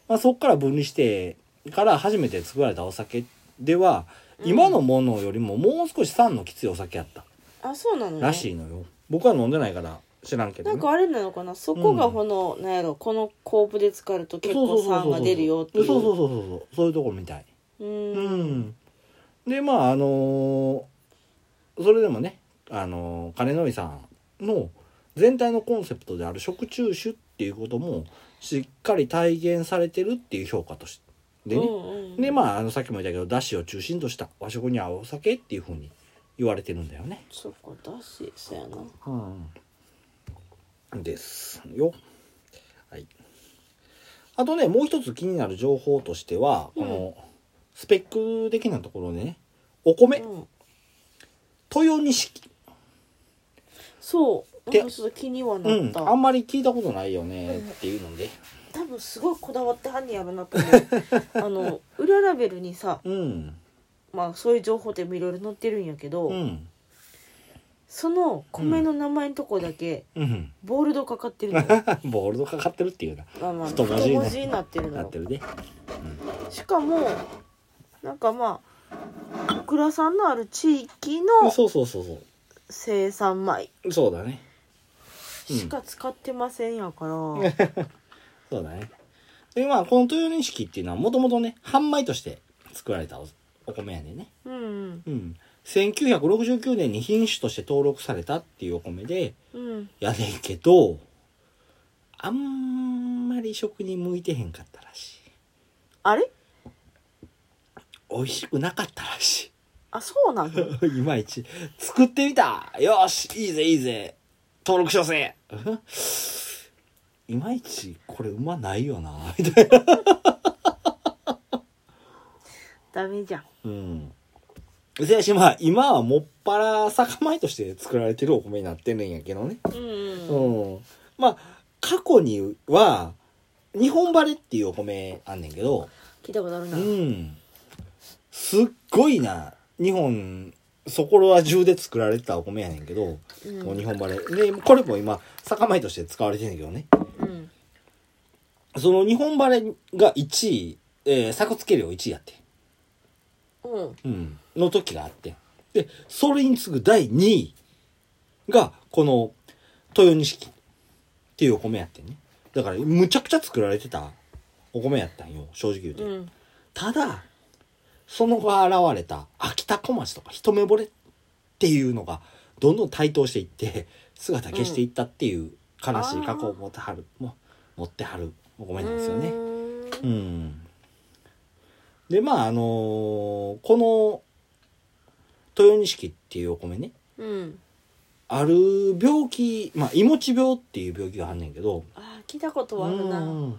Speaker 1: まあ、そっから分離してから初めて作られたお酒では
Speaker 2: うん
Speaker 1: 今のものよりももう少し酸のきついお酒やった
Speaker 2: あそうなのね
Speaker 1: らしいのよ、僕は飲んでないから知らんけど、
Speaker 2: な
Speaker 1: ね、
Speaker 2: んかあれなのかなそこがこの、なんやろこのコープで使うと結構酸が出るよっていう
Speaker 1: そうそうそうそうそうそういうとこみたい
Speaker 2: うん
Speaker 1: うんでまああのーそれでもね、あのー金の井さんの全体のコンセプトである食中酒っていうこともしっかり体現されてるっていう評価としてでね、
Speaker 2: うんうん
Speaker 1: でまああのさっきも言ったけどだしを中心とした和食に合うお酒っていうふうに言われてるんだよね。
Speaker 2: そっかだしそうやな
Speaker 1: うん、ですよ。はい。あとねもう一つ気になる情報としては、このスペック的なところでねお米
Speaker 2: うん
Speaker 1: 豊錦
Speaker 2: そう
Speaker 1: で
Speaker 2: なんかちょっと気には
Speaker 1: う
Speaker 2: なっ
Speaker 1: ん、
Speaker 2: た、
Speaker 1: あんまり聞いたことないよねっていうので、
Speaker 2: 多分すごいこだわってはんねやろなと思う あの裏ラベルにさ
Speaker 1: うん、
Speaker 2: まあそういう情報でもいろいろ載ってるんやけど、
Speaker 1: うん、
Speaker 2: その米の名前のとこだけ、
Speaker 1: うん、
Speaker 2: ボールドかかってるのよ
Speaker 1: ボールドかかってるっていうな、
Speaker 2: まあまあ
Speaker 1: 太
Speaker 2: 太
Speaker 1: 文字ね
Speaker 2: 文字になってるの
Speaker 1: なっ
Speaker 2: よ
Speaker 1: てるね。
Speaker 2: しかもなんかまあオクラさんのある地域の
Speaker 1: そうそうそうそ
Speaker 2: 生産米
Speaker 1: う、そうだね、
Speaker 2: しか使ってませんやから、
Speaker 1: そうだね。でまあこの豊錦っていうのはもともとね販売として作られたおお米やねんね。
Speaker 2: うんうん
Speaker 1: うん、1969年に品種として登録されたっていうお米で
Speaker 2: うん
Speaker 1: やねんけどあんまり食に向いてへんかったらしい
Speaker 2: あれ
Speaker 1: 美味しくなかったらし
Speaker 2: あそうなの
Speaker 1: い いまいち作ってみたよしいいぜいいぜ登録しようぜ うんいまいちこれうまないよな みたいな
Speaker 2: ダメじゃん
Speaker 1: うんせやしまあ今はもっぱら酒米として作られてるお米になってるんやけどね
Speaker 2: うんうん
Speaker 1: うん、まあ過去には日本晴れっていうお米あんねんけど、
Speaker 2: 聞いたことある
Speaker 1: う
Speaker 2: な、
Speaker 1: ん、すっごいな日本そこら中で作られてたお米やねんけど、
Speaker 2: うん
Speaker 1: もう日本晴れでこれも今酒米として使われてんねんけどね
Speaker 2: うん
Speaker 1: その日本晴れが1位、えー、作付け量1位やって、
Speaker 2: うん
Speaker 1: うん、の時があってでそれに次ぐ第2位がこの豊錦っていうお米やってんねだからむちゃくちゃ作られてたお米やったんよ正直言うて、
Speaker 2: うん
Speaker 1: ただその後現れた秋田小町とか一目惚れっていうのがどんどん台頭していって姿消していったっていう悲しい過去を持ってはる、も持ってはるお米なんですよね
Speaker 2: うーん
Speaker 1: うん、でまああのーこの豊錦っていうお米ね
Speaker 2: うん
Speaker 1: ある病気まあいもち病っていう病気があんねんけど
Speaker 2: あー聞いたことはあるな
Speaker 1: う
Speaker 2: うん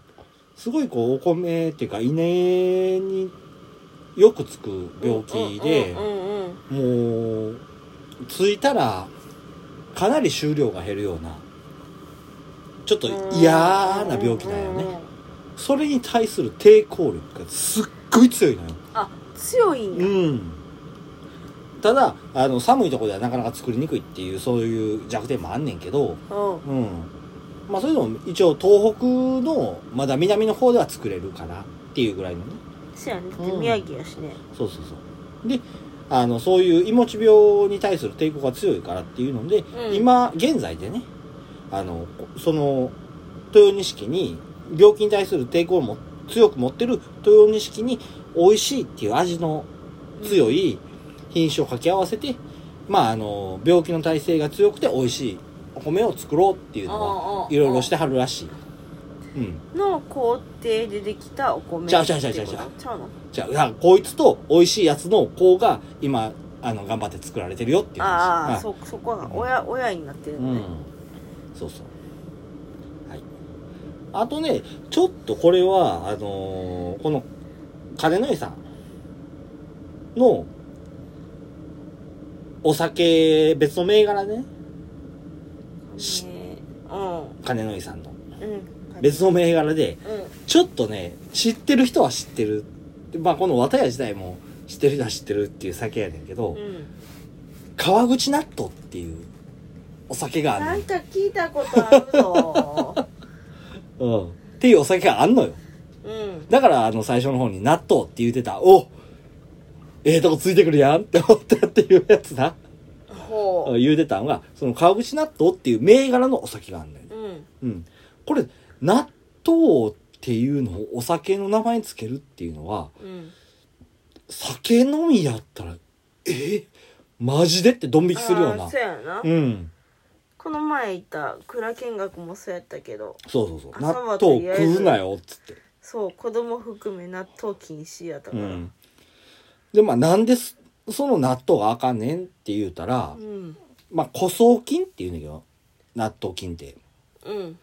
Speaker 1: すごいこうお米っていうか稲によくつく病気で
Speaker 2: うんうん
Speaker 1: も
Speaker 2: うん
Speaker 1: うついたらかなり収量が減るようなちょっと
Speaker 2: うん
Speaker 1: 嫌な病気なんよね。それに対する抵抗力がすっごい強いのよ。
Speaker 2: あ強いんや
Speaker 1: うん。ただ、あの、寒いとこではなかなか作りにくいっていう、そういう弱点もあんねんけど、
Speaker 2: うん
Speaker 1: うん。まあ、それでも一応東北の、まだ南の方では作れるかなっていうぐらいのね。
Speaker 2: そうやねだって
Speaker 1: うん
Speaker 2: 宮城やしね
Speaker 1: そうそうそう。で、あの、そういういもち病に対する抵抗が強いからっていうので、
Speaker 2: うん
Speaker 1: 今、現在でね、あの、その、豊錦に、病気に対する抵抗をも強く持ってる豊錦に、美味しいっていう味の強い品種を掛け合わせて、まあ、あの、病気の耐性が強くて美味しいお米を作ろうっていうのは、いろいろしてはるらしい。うん。
Speaker 2: の工程でできたお米
Speaker 1: ちゃうちゃうちゃうちゃう
Speaker 2: ってことちゃうの
Speaker 1: じゃあ、だからこいつと美味しいやつの子が今、あの、頑張って作られてるよっていう話。
Speaker 2: あ
Speaker 1: は
Speaker 2: あ
Speaker 1: い
Speaker 2: そそこが親親になってる
Speaker 1: う
Speaker 2: のね
Speaker 1: ん。そうそう。はい。あとね、ちょっとこれは、あのーこの、金の井さんの、お酒、別の銘柄ね、し
Speaker 2: ねうん
Speaker 1: 金の井さんの。
Speaker 2: うん
Speaker 1: 別の銘柄で、
Speaker 2: うん
Speaker 1: ちょっとね、知ってる人は知ってる。でまあ、この綿屋自体も知ってる人は知ってるっていう酒やねんけど、
Speaker 2: うん
Speaker 1: 川口納豆っていうお酒があ
Speaker 2: なんん
Speaker 1: の
Speaker 2: か聞いたことあるぞ
Speaker 1: よ。うん。っていうお酒があんのよ。
Speaker 2: うん
Speaker 1: だから、あの、最初の方に納豆って言ってた。おええとこついてくるやんって思ったっていうやつな。
Speaker 2: ほ
Speaker 1: 言うてたんが、その川口納豆っていう銘柄のお酒があんだよね。
Speaker 2: ううん
Speaker 1: うん。これ、納豆っていうのをお酒の名前につけるっていうのは、
Speaker 2: うん
Speaker 1: 酒飲みやったらえマジでってドン引きするよう
Speaker 2: あー
Speaker 1: な
Speaker 2: そうやな、
Speaker 1: うん
Speaker 2: この前行った蔵見学もそうやったけど
Speaker 1: そうそうそう納
Speaker 2: 朝はと
Speaker 1: 豆
Speaker 2: りあえず
Speaker 1: 食うなよっつって
Speaker 2: そう子供含め納豆禁止やった
Speaker 1: う
Speaker 2: からうん
Speaker 1: ん、でまあなんですその納豆があかんねんって言うたら、
Speaker 2: うん、
Speaker 1: まあ枯草菌っていうんだけど納豆菌って、うん、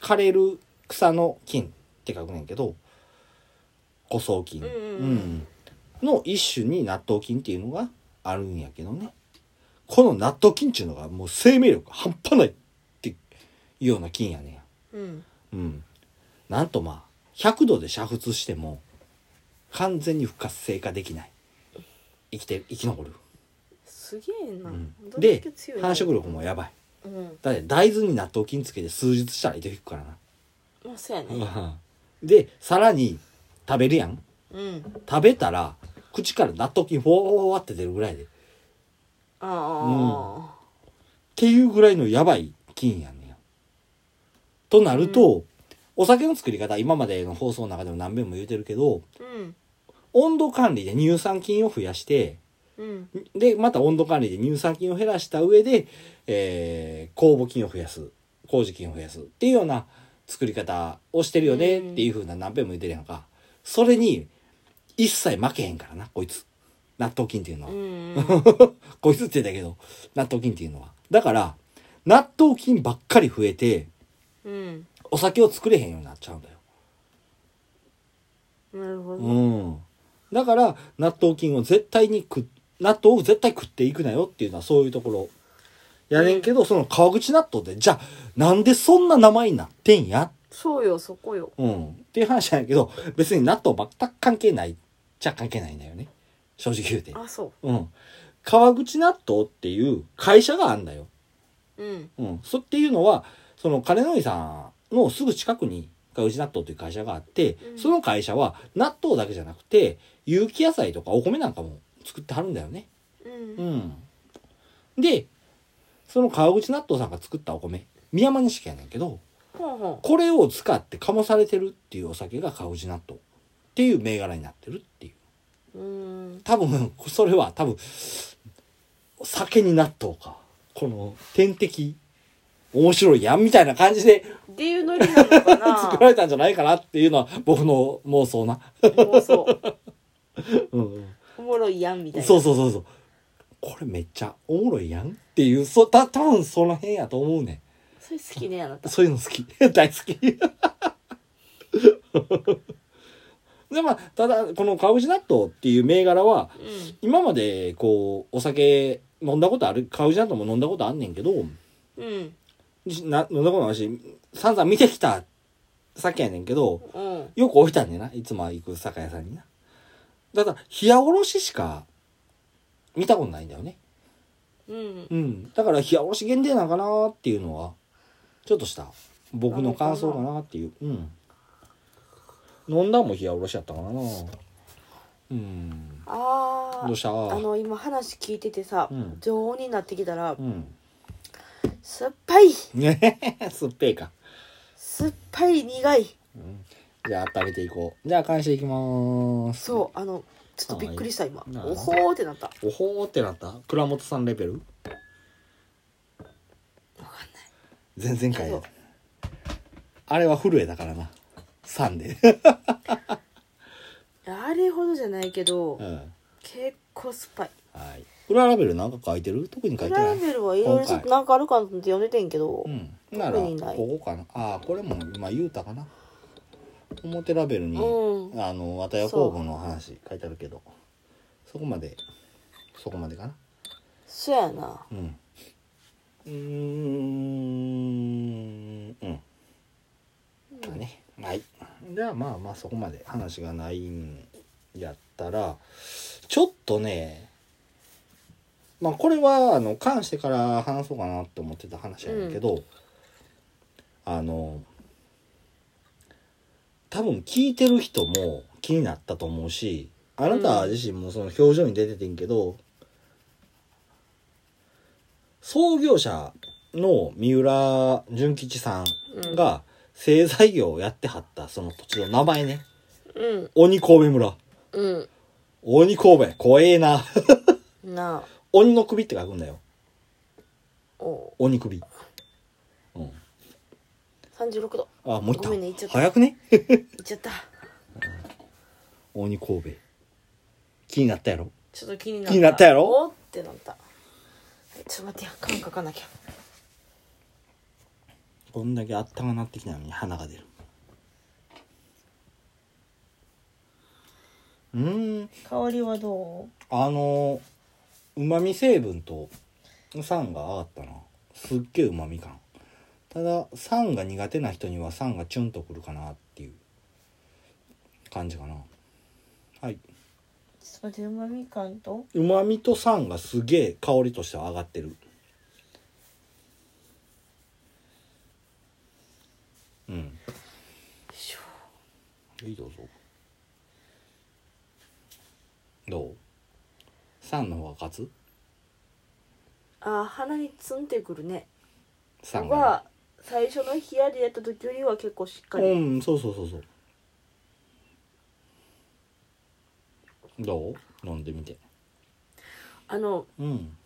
Speaker 1: 枯れる草の菌って書くねんけど枯草菌、
Speaker 2: うんうんう
Speaker 1: うんの一種に納豆菌っていうのがあるんやけどねこの納豆菌っていうのがもう生命力半端ないっていうような菌やねん。
Speaker 2: うん
Speaker 1: うん、なんとまあ100度で煮沸しても完全に復活性化できない生きて生き残る、
Speaker 2: すげえ
Speaker 1: う
Speaker 2: な、
Speaker 1: ん
Speaker 2: どんだ
Speaker 1: で
Speaker 2: け強いの
Speaker 1: 繁殖力もやばい
Speaker 2: うん
Speaker 1: だって大豆に納豆菌つけて数日したら糸引くから
Speaker 2: まあそうやね
Speaker 1: な、でさらに食べるやん
Speaker 2: うん
Speaker 1: 食べたら口から納豆菌フォーって出るぐらいでっ
Speaker 2: ああ、
Speaker 1: ていうぐらいのやばい菌やねんよとなると、お酒の作り方今までの放送の中でも何遍も言うてるけど
Speaker 2: うん
Speaker 1: 温度管理で乳酸菌を増やして
Speaker 2: うん
Speaker 1: でまた温度管理で乳酸菌を減らした上で、えー、酵母菌を増やす麹菌を増やすっていうような作り方をしてるよねっていうふうな何遍も言ってるやんかそれに一切負けへんからなこいつ納豆菌っていうのは、
Speaker 2: うんうん
Speaker 1: こいつって言うんだけど納豆菌っていうのはだから納豆菌ばっかり増えて
Speaker 2: うん
Speaker 1: お酒を作れへんようになっちゃうんだよ
Speaker 2: なるほど、
Speaker 1: うん、だから納豆菌を絶対に食っ納豆を絶対食っていくなよっていうのはそういうところやねんけど、その川口納豆でじゃあなんでそんな名前になってんや、
Speaker 2: そうよそこよ
Speaker 1: うん、っていう話なんやけど別に納豆全く関係ないじゃ関係ないんだよね正直言うて、
Speaker 2: あそ
Speaker 1: うん、川口納豆っていう会社があんだよ、
Speaker 2: ううん
Speaker 1: うん、そっていうのはその金の井さんのすぐ近くに川口納豆という会社があって、
Speaker 2: うん
Speaker 1: その会社は納豆だけじゃなくて有機野菜とかお米なんかも作ってはるんだよね。
Speaker 2: うん
Speaker 1: うん、でその川口納豆さんが作ったお米美山錦やねんけど
Speaker 2: ほうほ
Speaker 1: これを使って醸されてるっていうお酒が川口納豆っていう銘柄になってるっていう
Speaker 2: ううん
Speaker 1: 多分それは多分酒に納豆かこの天敵面白いやんみたいな感じで
Speaker 2: っていうノリなのか
Speaker 1: 作ら
Speaker 2: な
Speaker 1: れたんじゃないかなっていうのは僕の妄想な。
Speaker 2: 妄想
Speaker 1: うん
Speaker 2: おもろいやんみたいな
Speaker 1: そうそうそうそう。これめっちゃおもろいやんっていう、そ、た、多分その辺やと思うね
Speaker 2: それ好きねあなた
Speaker 1: ん。そういうの好き。 大好き。で、まあ、ただ、この川口納豆っていう銘柄は、
Speaker 2: う
Speaker 1: 今までこう、お酒飲んだことある、川口納豆も飲んだことあんねんけど、
Speaker 2: んうん
Speaker 1: しな飲んだことないし、散々見てきた酒やねんけど、
Speaker 2: うん
Speaker 1: よく置いたんねんな。いつも行く酒屋さんにな。ただ、冷やおろししか見たことないんだよね。
Speaker 2: うん
Speaker 1: うん。だから、冷やおろし限定なんかなっていうのは、ちょっとした、僕の感想かなっていう。うん。飲んだんも冷やおろしやったかな。うん。
Speaker 2: あ
Speaker 1: どう
Speaker 2: ー
Speaker 1: した
Speaker 2: あの今話聞いててさ、
Speaker 1: うん
Speaker 2: 常温になってきたら
Speaker 1: うん。
Speaker 2: 酸っぱい
Speaker 1: ねすっぺえか。
Speaker 2: 酸っぱい苦い
Speaker 1: じゃあ、温めていこう。じゃあ、返していきます。
Speaker 2: そうあのちょっとびっくりした今
Speaker 1: なるほど
Speaker 2: おほーってなった
Speaker 1: おほーってなった倉本さんレベル全然か
Speaker 2: け
Speaker 1: よ
Speaker 2: ど
Speaker 1: あれは震えだからな3で、
Speaker 2: あれほどじゃないけど、
Speaker 1: うん、は
Speaker 2: 結構酸っぱい
Speaker 1: い裏ラベルなんか書いてる特に書いて
Speaker 2: 裏
Speaker 1: な
Speaker 2: ラ
Speaker 1: い
Speaker 2: ベルはいろいろちょっとなんかあるかなと思って読んでてんけど、
Speaker 1: うんなら
Speaker 2: 特にない
Speaker 1: ここかなああこれも今言うたかな表ラベルに、
Speaker 2: う
Speaker 1: あの綿谷工房の話書いてあるけどそこまでそこまでかな
Speaker 2: そやな
Speaker 1: うんうーんうんだねはいじゃあまあまあそこまで話がないんやったらちょっとねまあこれはあの関してから話そうかなと思ってた話やねんけど、あの多分聞いてる人も気になったと思うしあなた自身もその表情に出ててんけど、創業者の三浦純吉さんが製材業をやってはったその土地の名前ね
Speaker 2: うん
Speaker 1: 鬼神戸村
Speaker 2: うん
Speaker 1: 鬼神戸、怖えな。
Speaker 2: な
Speaker 1: 鬼の首って書くんだよ。
Speaker 2: あお
Speaker 1: 鬼首。うん。
Speaker 2: 三十六度
Speaker 1: あ、もう行った。
Speaker 2: ごめんね行っちゃった
Speaker 1: 早くね
Speaker 2: いっちゃった
Speaker 1: 鬼神戸。気になったやろ
Speaker 2: ちょっと気にな
Speaker 1: 気になったやろ
Speaker 2: おーってなったはいちょっと待ってや缶書かなきゃ
Speaker 1: こんだけあったかなってきたのに鼻が出る。うーん。
Speaker 2: 香りはどう
Speaker 1: あのうまみ成分と酸が上がったなすっげえうまみ感ただ酸が苦手な人には酸がチュンとくるかなっていう感じかなはい
Speaker 2: ちょっと待ってうまみ感と
Speaker 1: うまみと酸がすげえ香りとしては上がってるうん
Speaker 2: しょ
Speaker 1: はいどうぞどう酸の方が勝つ
Speaker 2: あー鼻にツンってくるね
Speaker 1: 酸が
Speaker 2: は最初のヒヤリやった時よりは結構しっかり
Speaker 1: うんそうそうそうそうどう飲んでみて
Speaker 2: あの
Speaker 1: うん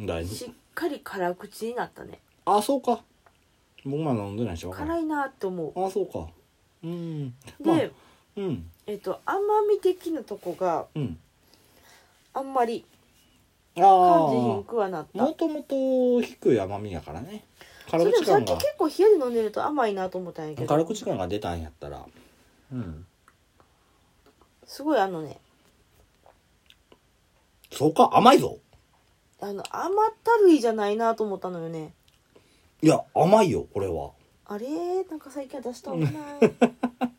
Speaker 1: 大
Speaker 2: し
Speaker 1: 事
Speaker 2: っかり辛口になったね
Speaker 1: あそうか僕まだ飲んでないし分から
Speaker 2: 辛
Speaker 1: ん
Speaker 2: いなって思う
Speaker 1: あそうかうん
Speaker 2: で、
Speaker 1: まあうん
Speaker 2: えっと甘み的なとこが
Speaker 1: うん
Speaker 2: あんまり
Speaker 1: あ
Speaker 2: 感じひん
Speaker 1: あ
Speaker 2: くはなった
Speaker 1: もともと低い甘みやからね
Speaker 2: そ
Speaker 1: 辛
Speaker 2: れでも
Speaker 1: 口
Speaker 2: さっ
Speaker 1: 感
Speaker 2: き
Speaker 1: が
Speaker 2: 結構冷えで飲んでると甘いなと思ったんやけ
Speaker 1: 辛
Speaker 2: ど
Speaker 1: 口感が出たんやったらうん
Speaker 2: すごいあのね
Speaker 1: そうか甘いぞ
Speaker 2: あの甘ったるいじゃないなと思ったのよね
Speaker 1: いや甘いよこれは
Speaker 2: あれーなんか最近は出したのか な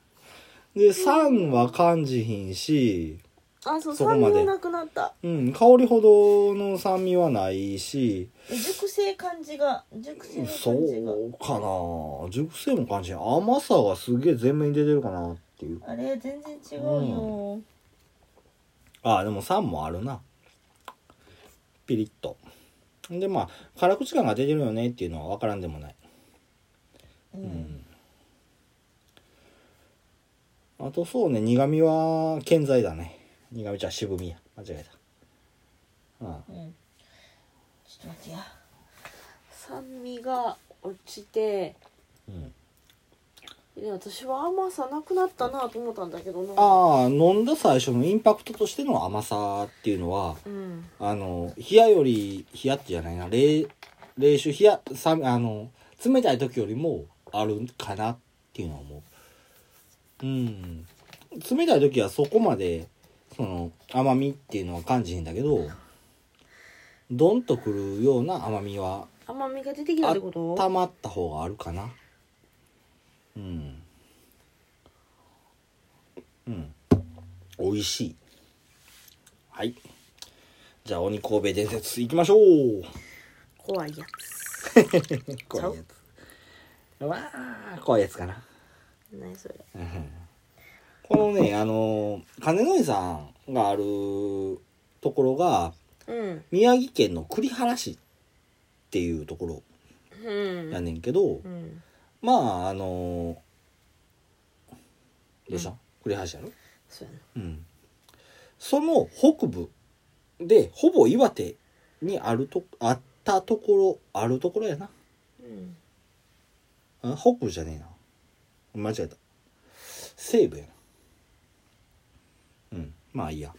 Speaker 1: で酸は感じひんし
Speaker 2: あそう
Speaker 1: そこ
Speaker 2: 酸
Speaker 1: ま
Speaker 2: 味
Speaker 1: で
Speaker 2: がなくなった
Speaker 1: うん、香りほどの酸味はないし、
Speaker 2: 熟成感じが熟成の
Speaker 1: そ
Speaker 2: 感じが
Speaker 1: うかな熟成も感じない甘さがすげえ前面に出てるかなっていう。
Speaker 2: あれ全然違うよ、
Speaker 1: ああ、でも酸もあるな。ピリッと。で、まあ、辛口感が出てるよねっていうのは分からんでもない。
Speaker 2: うん
Speaker 1: うん。あとそうね、苦味は健在だね。苦味じゃ渋みや。間違えた。うん。
Speaker 2: うんちょっと待ってや酸味が落ちて
Speaker 1: うん
Speaker 2: で私は甘さなくなったなと思ったんだけどな
Speaker 1: ああ、飲んだ最初のインパクトとしての甘さっていうのは、
Speaker 2: うん
Speaker 1: あの、冷やより、冷やってじゃないな、冷、冷酒、冷や、さ、あの、冷たい時よりもあるかなっていうのは思う。うん。冷たい時はそこまで、その、甘みっていうのは感じへんだけど、ドンとくるような甘みは、
Speaker 2: 甘みが出てきたってこと
Speaker 1: 温まった方があるかな。うん。うん。美味しい。はい。じゃあ、鬼神戸伝説行きましょう。
Speaker 2: 怖いや
Speaker 1: 怖いやつ。わあ、怖いやつかな。
Speaker 2: つ何それ
Speaker 1: この ね、あの、金の井さんがあるところが、
Speaker 2: うん
Speaker 1: 宮城県の栗原市っていうとこ
Speaker 2: う
Speaker 1: ろ
Speaker 2: ん
Speaker 1: やねんけど、
Speaker 2: うん
Speaker 1: まあ、あの、どうした、栗原市やろ
Speaker 2: そうやな
Speaker 1: うん、その北部でほぼ岩手にあるとあったところあるところやな
Speaker 2: うん
Speaker 1: あ北部じゃねえな間違えた西部やなうんまあいいや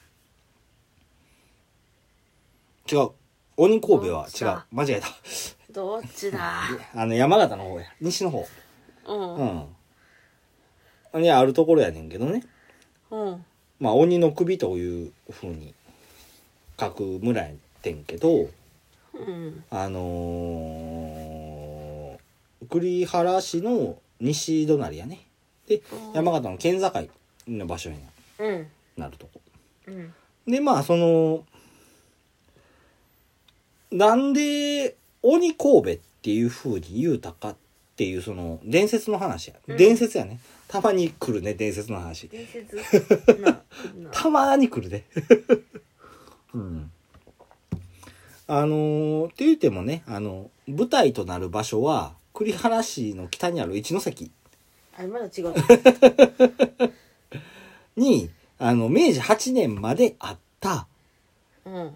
Speaker 1: 違う鬼神戸は違う間違えた
Speaker 2: どっ ちだ
Speaker 1: あの山形の方や西の方
Speaker 2: うん
Speaker 1: うんにあるところやねんけどね
Speaker 2: うん
Speaker 1: まあ、鬼の首というふうに書く村やってんけど、
Speaker 2: うん
Speaker 1: あのー栗原市の西隣やね。で、山形の県境の場所に
Speaker 2: うん
Speaker 1: なるとこ。
Speaker 2: うん
Speaker 1: で、まあ、その、なんで鬼神戸っていうふうに言うたかっていう、その、伝説の話や。
Speaker 2: うん
Speaker 1: 伝説やね。たまに来るね、伝説の話。
Speaker 2: 伝説なな
Speaker 1: たまーに来るで。うん。あのー、って言ってもね、あの、舞台となる場所は、栗原市の北にある一ノ関。
Speaker 2: あれまだ違う
Speaker 1: にあの明治8年まであった
Speaker 2: うん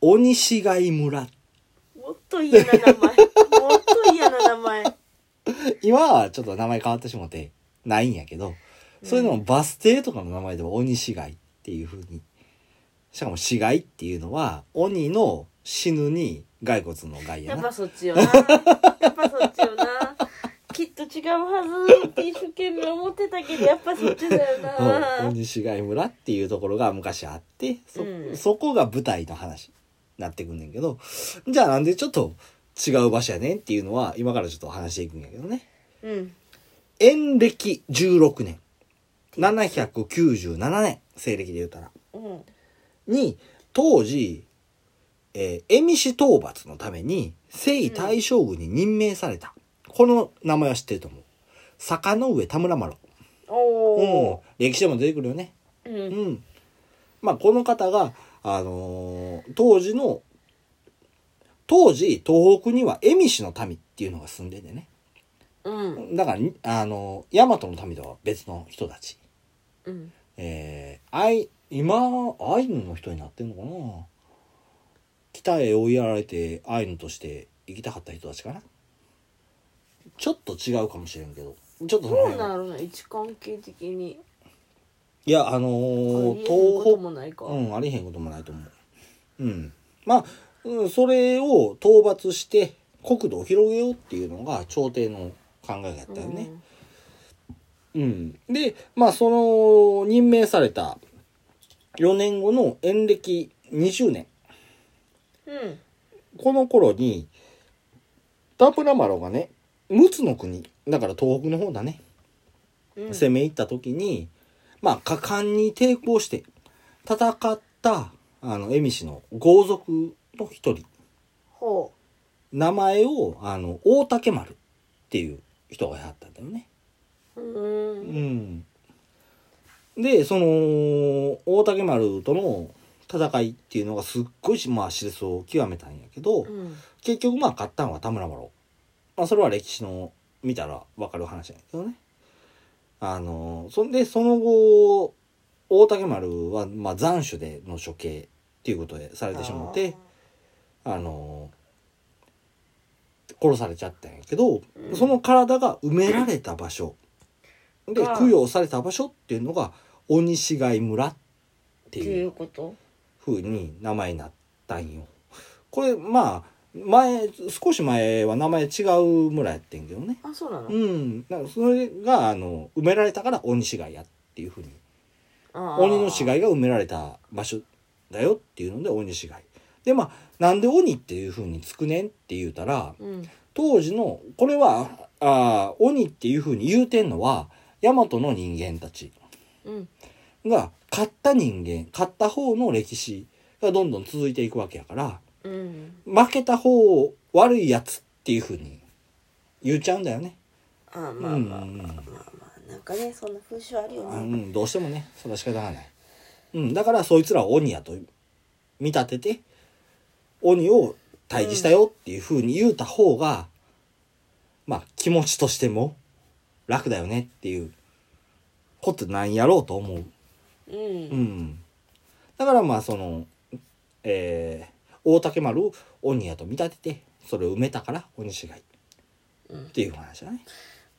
Speaker 1: 鬼市街村
Speaker 2: もっと嫌な名前もっと嫌な名前
Speaker 1: 今はちょっと名前変わってしまってないんやけど、そういうのをバス停とかの名前でも鬼市街っていう風にしかも市街っていうのは鬼の死ぬに骸骨の骸や
Speaker 2: やっ
Speaker 1: な
Speaker 2: ぱそっちよなやっぱそっちよ なきっと違うはずって一生懸命思ってたけどやっぱそっちだよ
Speaker 1: うん
Speaker 2: な
Speaker 1: 鬼市街村っていうところが昔あってそ,、
Speaker 2: うん
Speaker 1: そこが舞台の話になってくんねんけどじゃあなんでちょっと違う場所やねんっていうのは今からちょっと話していくんやけどね
Speaker 2: うん
Speaker 1: 延暦16年797年西暦で言うたら
Speaker 2: うん
Speaker 1: に当時えー、蝦夷討伐のために征夷大将軍に任命された、この名前は知ってると思う坂の上田村麻呂
Speaker 2: お
Speaker 1: う
Speaker 2: お
Speaker 1: ん歴史でも出てくるよね
Speaker 2: うん
Speaker 1: う
Speaker 2: うん
Speaker 1: んまあこの方があのー当時の当時東北には蝦夷の民っていうのが住んでてね
Speaker 2: うん
Speaker 1: だからにあの大和の民とは別の人たち
Speaker 2: うん
Speaker 1: えー、アイ今アイヌの人になってんのかな北へ追いやられてアイヌとして生きたかった人たちかなちょっと違うかもしれんけどちょっとその
Speaker 2: どう
Speaker 1: 辺
Speaker 2: なるの位置関係的に
Speaker 1: いやあの
Speaker 2: あり
Speaker 1: ー
Speaker 2: えんこと
Speaker 1: 東
Speaker 2: もないか
Speaker 1: 北うんありへんこともないと思ううんまあ、うん、それを討伐して国土を広げようっていうのが朝廷の考えだったよね、うん、でまあその任命された4年後の延暦20年
Speaker 2: うんうん
Speaker 1: この頃に田村麻呂がね陸奥の国だから東北の方だね、
Speaker 2: うん
Speaker 1: 攻め入った時にまあ果敢に抵抗して戦ったあの蝦夷の豪族の一人
Speaker 2: ほ
Speaker 1: 名前をあの大竹丸っていう人がやったんだよね。
Speaker 2: うう
Speaker 1: うんん、でその大竹丸との戦いっていうのがすっごいし、まあ、熾烈を極めたんやけど、
Speaker 2: うん
Speaker 1: 結局まあ勝ったのは田村麻呂、まあ、それは歴史の見たら分かる話なんやけどね。あのそんでその後大竹丸は、まあ、斬首での処刑っていうことでされてしまってあの殺されちゃったんやけど、
Speaker 2: うん
Speaker 1: その体が埋められた場所で
Speaker 2: あー
Speaker 1: 供養された場所っていうのが鬼市街村っ
Speaker 2: っ
Speaker 1: て
Speaker 2: てい
Speaker 1: いう
Speaker 2: うこと
Speaker 1: ふうに名前になったんよ。これまあ前少し前は名前違う村やってんけどね。
Speaker 2: あそうなの
Speaker 1: うん、だからそれがあの埋められたから鬼市街やっていうふうに鬼
Speaker 2: 鬼
Speaker 1: の死骸が埋められた場所だよっていうので鬼死骸でまあなんで鬼っていうふうにつくねんって言うたら
Speaker 2: うん
Speaker 1: 当時のこれはあー鬼っていうふうに言うてんのは大和の人間たち
Speaker 2: うん
Speaker 1: が勝った人間勝った方の歴史がどんどん続いていくわけやから
Speaker 2: うん
Speaker 1: 負けた方悪いやつっていうふうに言っちゃうんだよね。
Speaker 2: あまあまあま
Speaker 1: う
Speaker 2: あ
Speaker 1: んうんうん
Speaker 2: まあまあなんかねそんな風習あるよ
Speaker 1: う
Speaker 2: ね
Speaker 1: ん、どうしてもねそれは仕方がない、うん、だからそいつらを鬼やと見立てて鬼を退治したよっていう風に言うた方が、まあ気持ちとしても楽だよねっていうことなんやろうと思う、
Speaker 2: う
Speaker 1: うんん、だからまあそのえー大竹丸を鬼やと見立ててそれを埋めたから鬼しがいっていう話だね、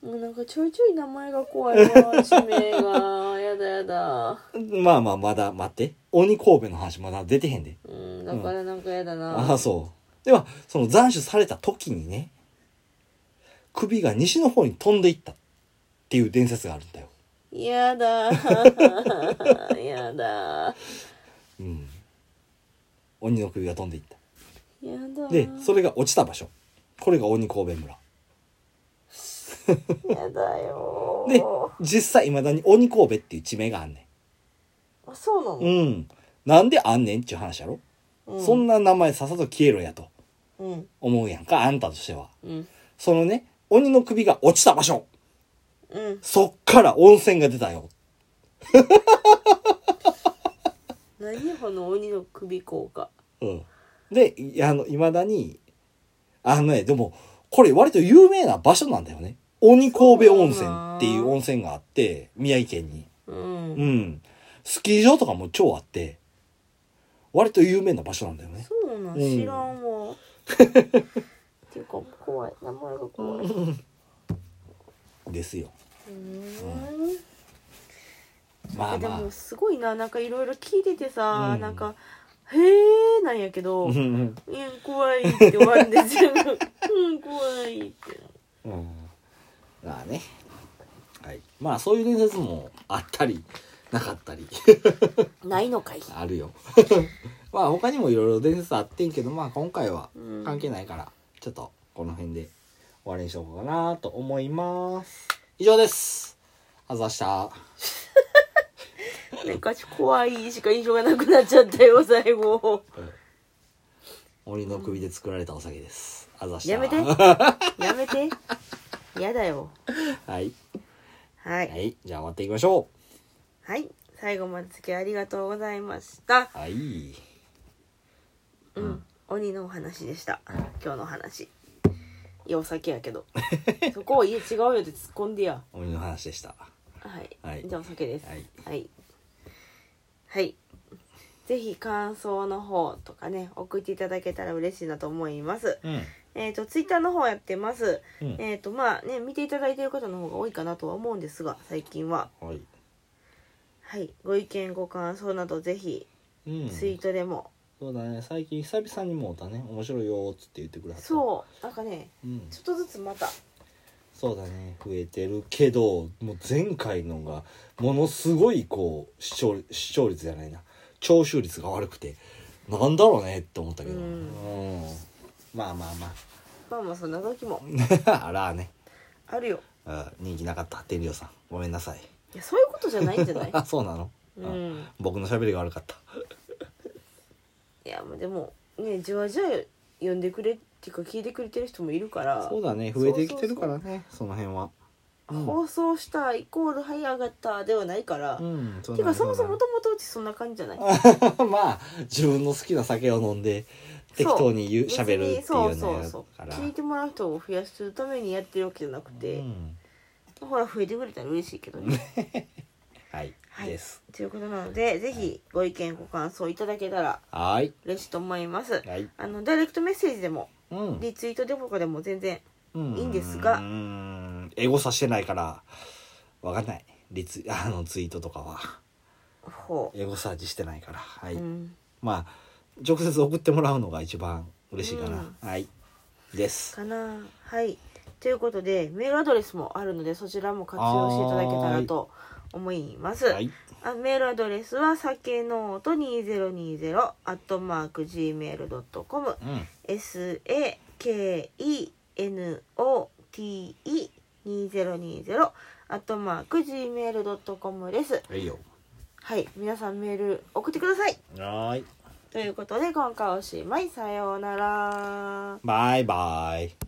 Speaker 2: もうなんかちょいちょい名前が怖いわ地名がやだやだ
Speaker 1: まあまあまだ待って鬼神戸の話まだ出てへんで
Speaker 2: うんだからなんかやだ
Speaker 1: あ
Speaker 2: な
Speaker 1: あそうではその斬首された時にね首が西の方に飛んでいったっていう伝説があるんだよ、
Speaker 2: やだやだ
Speaker 1: うん、鬼の首が飛んでいった
Speaker 2: やだ
Speaker 1: でそれが落ちた場所これが鬼神戸村
Speaker 2: やだよ
Speaker 1: で実際いまだに鬼神戸っていう地名があんね
Speaker 2: あそうなの
Speaker 1: んうんなんであんねんっていう話やろ、
Speaker 2: うん
Speaker 1: そんな名前さっさと消えろやと
Speaker 2: うん
Speaker 1: 思うやんかあんたとしては
Speaker 2: うん
Speaker 1: そのね鬼の首が落ちた場所
Speaker 2: うん
Speaker 1: そっから温泉が出たよ
Speaker 2: 何この鬼の首効果
Speaker 1: うん、でいあのいまだにあのねでもこれ割と有名な場所なんだよね鬼神戸温泉っていう温泉があって宮城県に
Speaker 2: う、
Speaker 1: うんんスキー場とかも超あって割と有名な場所なんだよね
Speaker 2: そうなん
Speaker 1: うん
Speaker 2: 知らんわ、っていうか怖い名前が怖い、うん
Speaker 1: ですよま
Speaker 2: な
Speaker 1: あ
Speaker 2: んかで
Speaker 1: まあ
Speaker 2: もすごいななんかいろいろ聞いててさ、
Speaker 1: うん
Speaker 2: なんか「へえ」なんやけど「
Speaker 1: うんうん
Speaker 2: いや怖い」って終わる んですよ「うん怖い」って
Speaker 1: うんまあねはいまあそういう伝説もあったりなかったり
Speaker 2: ないのかい
Speaker 1: あるよ まあ他にもいろいろ伝説あってんけどまあ今回は
Speaker 2: うん
Speaker 1: 関係ないからちょっとこの辺で終わりにしようかなと思います以上ですあざした
Speaker 2: なんか怖いしか印象がなくなっちゃったよ最後
Speaker 1: 鬼の首で作られたお酒ですあざした
Speaker 2: やめ てやめてやだよ
Speaker 1: はい
Speaker 2: はい
Speaker 1: はいじゃあ終わっていきましょ
Speaker 2: はい。最後まで付き合いありがとうございました。
Speaker 1: うはい
Speaker 2: うん。鬼のお話でした。今日の お話。いや、お酒やけど。そこを、いや、違うよって突っ込んでや。
Speaker 1: 鬼の話でした
Speaker 2: はい。
Speaker 1: はい
Speaker 2: じゃあ、お酒です。
Speaker 1: はい。
Speaker 2: はい。はいぜひ感想の方とかね、送っていただけたら嬉しいなと思います。
Speaker 1: うん
Speaker 2: えっ、と、ツイッターの方やってます。
Speaker 1: うん
Speaker 2: えっ、と、まあね、見ていただいている方の方が多いかなとは思うんですが、最近は。
Speaker 1: はい
Speaker 2: はい。ご意見、ご感想など、ぜひ、
Speaker 1: うん
Speaker 2: ツイートでも、
Speaker 1: そうだね最近久々にもうたね面白いよーっつって言ってくださった
Speaker 2: そうなんかね
Speaker 1: う、ん、
Speaker 2: ちょっとずつまた
Speaker 1: そうだね増えてるけどもう前回のがものすごいこう視聴視聴率じゃないな聴取率が悪くてなんだろうねって思ったけど、
Speaker 2: う
Speaker 1: うんんまあまあま
Speaker 2: まあまあそんな時も
Speaker 1: あ あらね
Speaker 2: あるよ
Speaker 1: あ人気なかった天領さんごめんなさい
Speaker 2: いやそういうことじゃないんじゃ ない
Speaker 1: あそうなの、
Speaker 2: う
Speaker 1: あ
Speaker 2: ん
Speaker 1: 僕の喋りが悪かった
Speaker 2: いやまあでもねじわじわ呼んでくれっていうか聞いてくれてる人もいるから
Speaker 1: そうだね増えてきてるからねその辺はうん
Speaker 2: 放送したイコール「はい上がった」ではないから、
Speaker 1: うん
Speaker 2: て
Speaker 1: う
Speaker 2: いう
Speaker 1: だね
Speaker 2: かそもそも
Speaker 1: うだね
Speaker 2: もともとうちそんな感じじゃな い
Speaker 1: まあ自分の好きな酒を飲んで適当に言う
Speaker 2: 別
Speaker 1: 喋るっていう
Speaker 2: そう
Speaker 1: の
Speaker 2: そう
Speaker 1: や
Speaker 2: そ
Speaker 1: か
Speaker 2: う
Speaker 1: ら
Speaker 2: 聞いてもらう人を増やすためにやってるわけじゃなくて、
Speaker 1: うん
Speaker 2: ほら増えてくれたら嬉しいけどね
Speaker 1: はい、
Speaker 2: はい
Speaker 1: です
Speaker 2: ということなのでぜひご意見ご感想いただけたら
Speaker 1: はい
Speaker 2: 嬉しいと思います
Speaker 1: はい
Speaker 2: あのダイレクトメッセージでも
Speaker 1: うん
Speaker 2: リツイートでもかでも全然
Speaker 1: うん
Speaker 2: いいんですが
Speaker 1: うんエゴさしてないからわかんないリツ イあのツイートとかは
Speaker 2: ほ
Speaker 1: エゴサーチしてないからは
Speaker 2: う、
Speaker 1: い、
Speaker 2: うん、
Speaker 1: まあ直接送ってもらうのが一番嬉しいかな、はいです
Speaker 2: かなはいということでメールアドレスもあるのでそちらも活用していただけたらと思います、
Speaker 1: はい
Speaker 2: あメールアドレスはさけのうと2020アットマーク Gmail.com
Speaker 1: うん
Speaker 2: sakenote2020 アットマーク Gmail.com です
Speaker 1: はいよ
Speaker 2: はい皆さんメール送ってください
Speaker 1: はい
Speaker 2: ということで今回おしまいさようなら
Speaker 1: バイバイ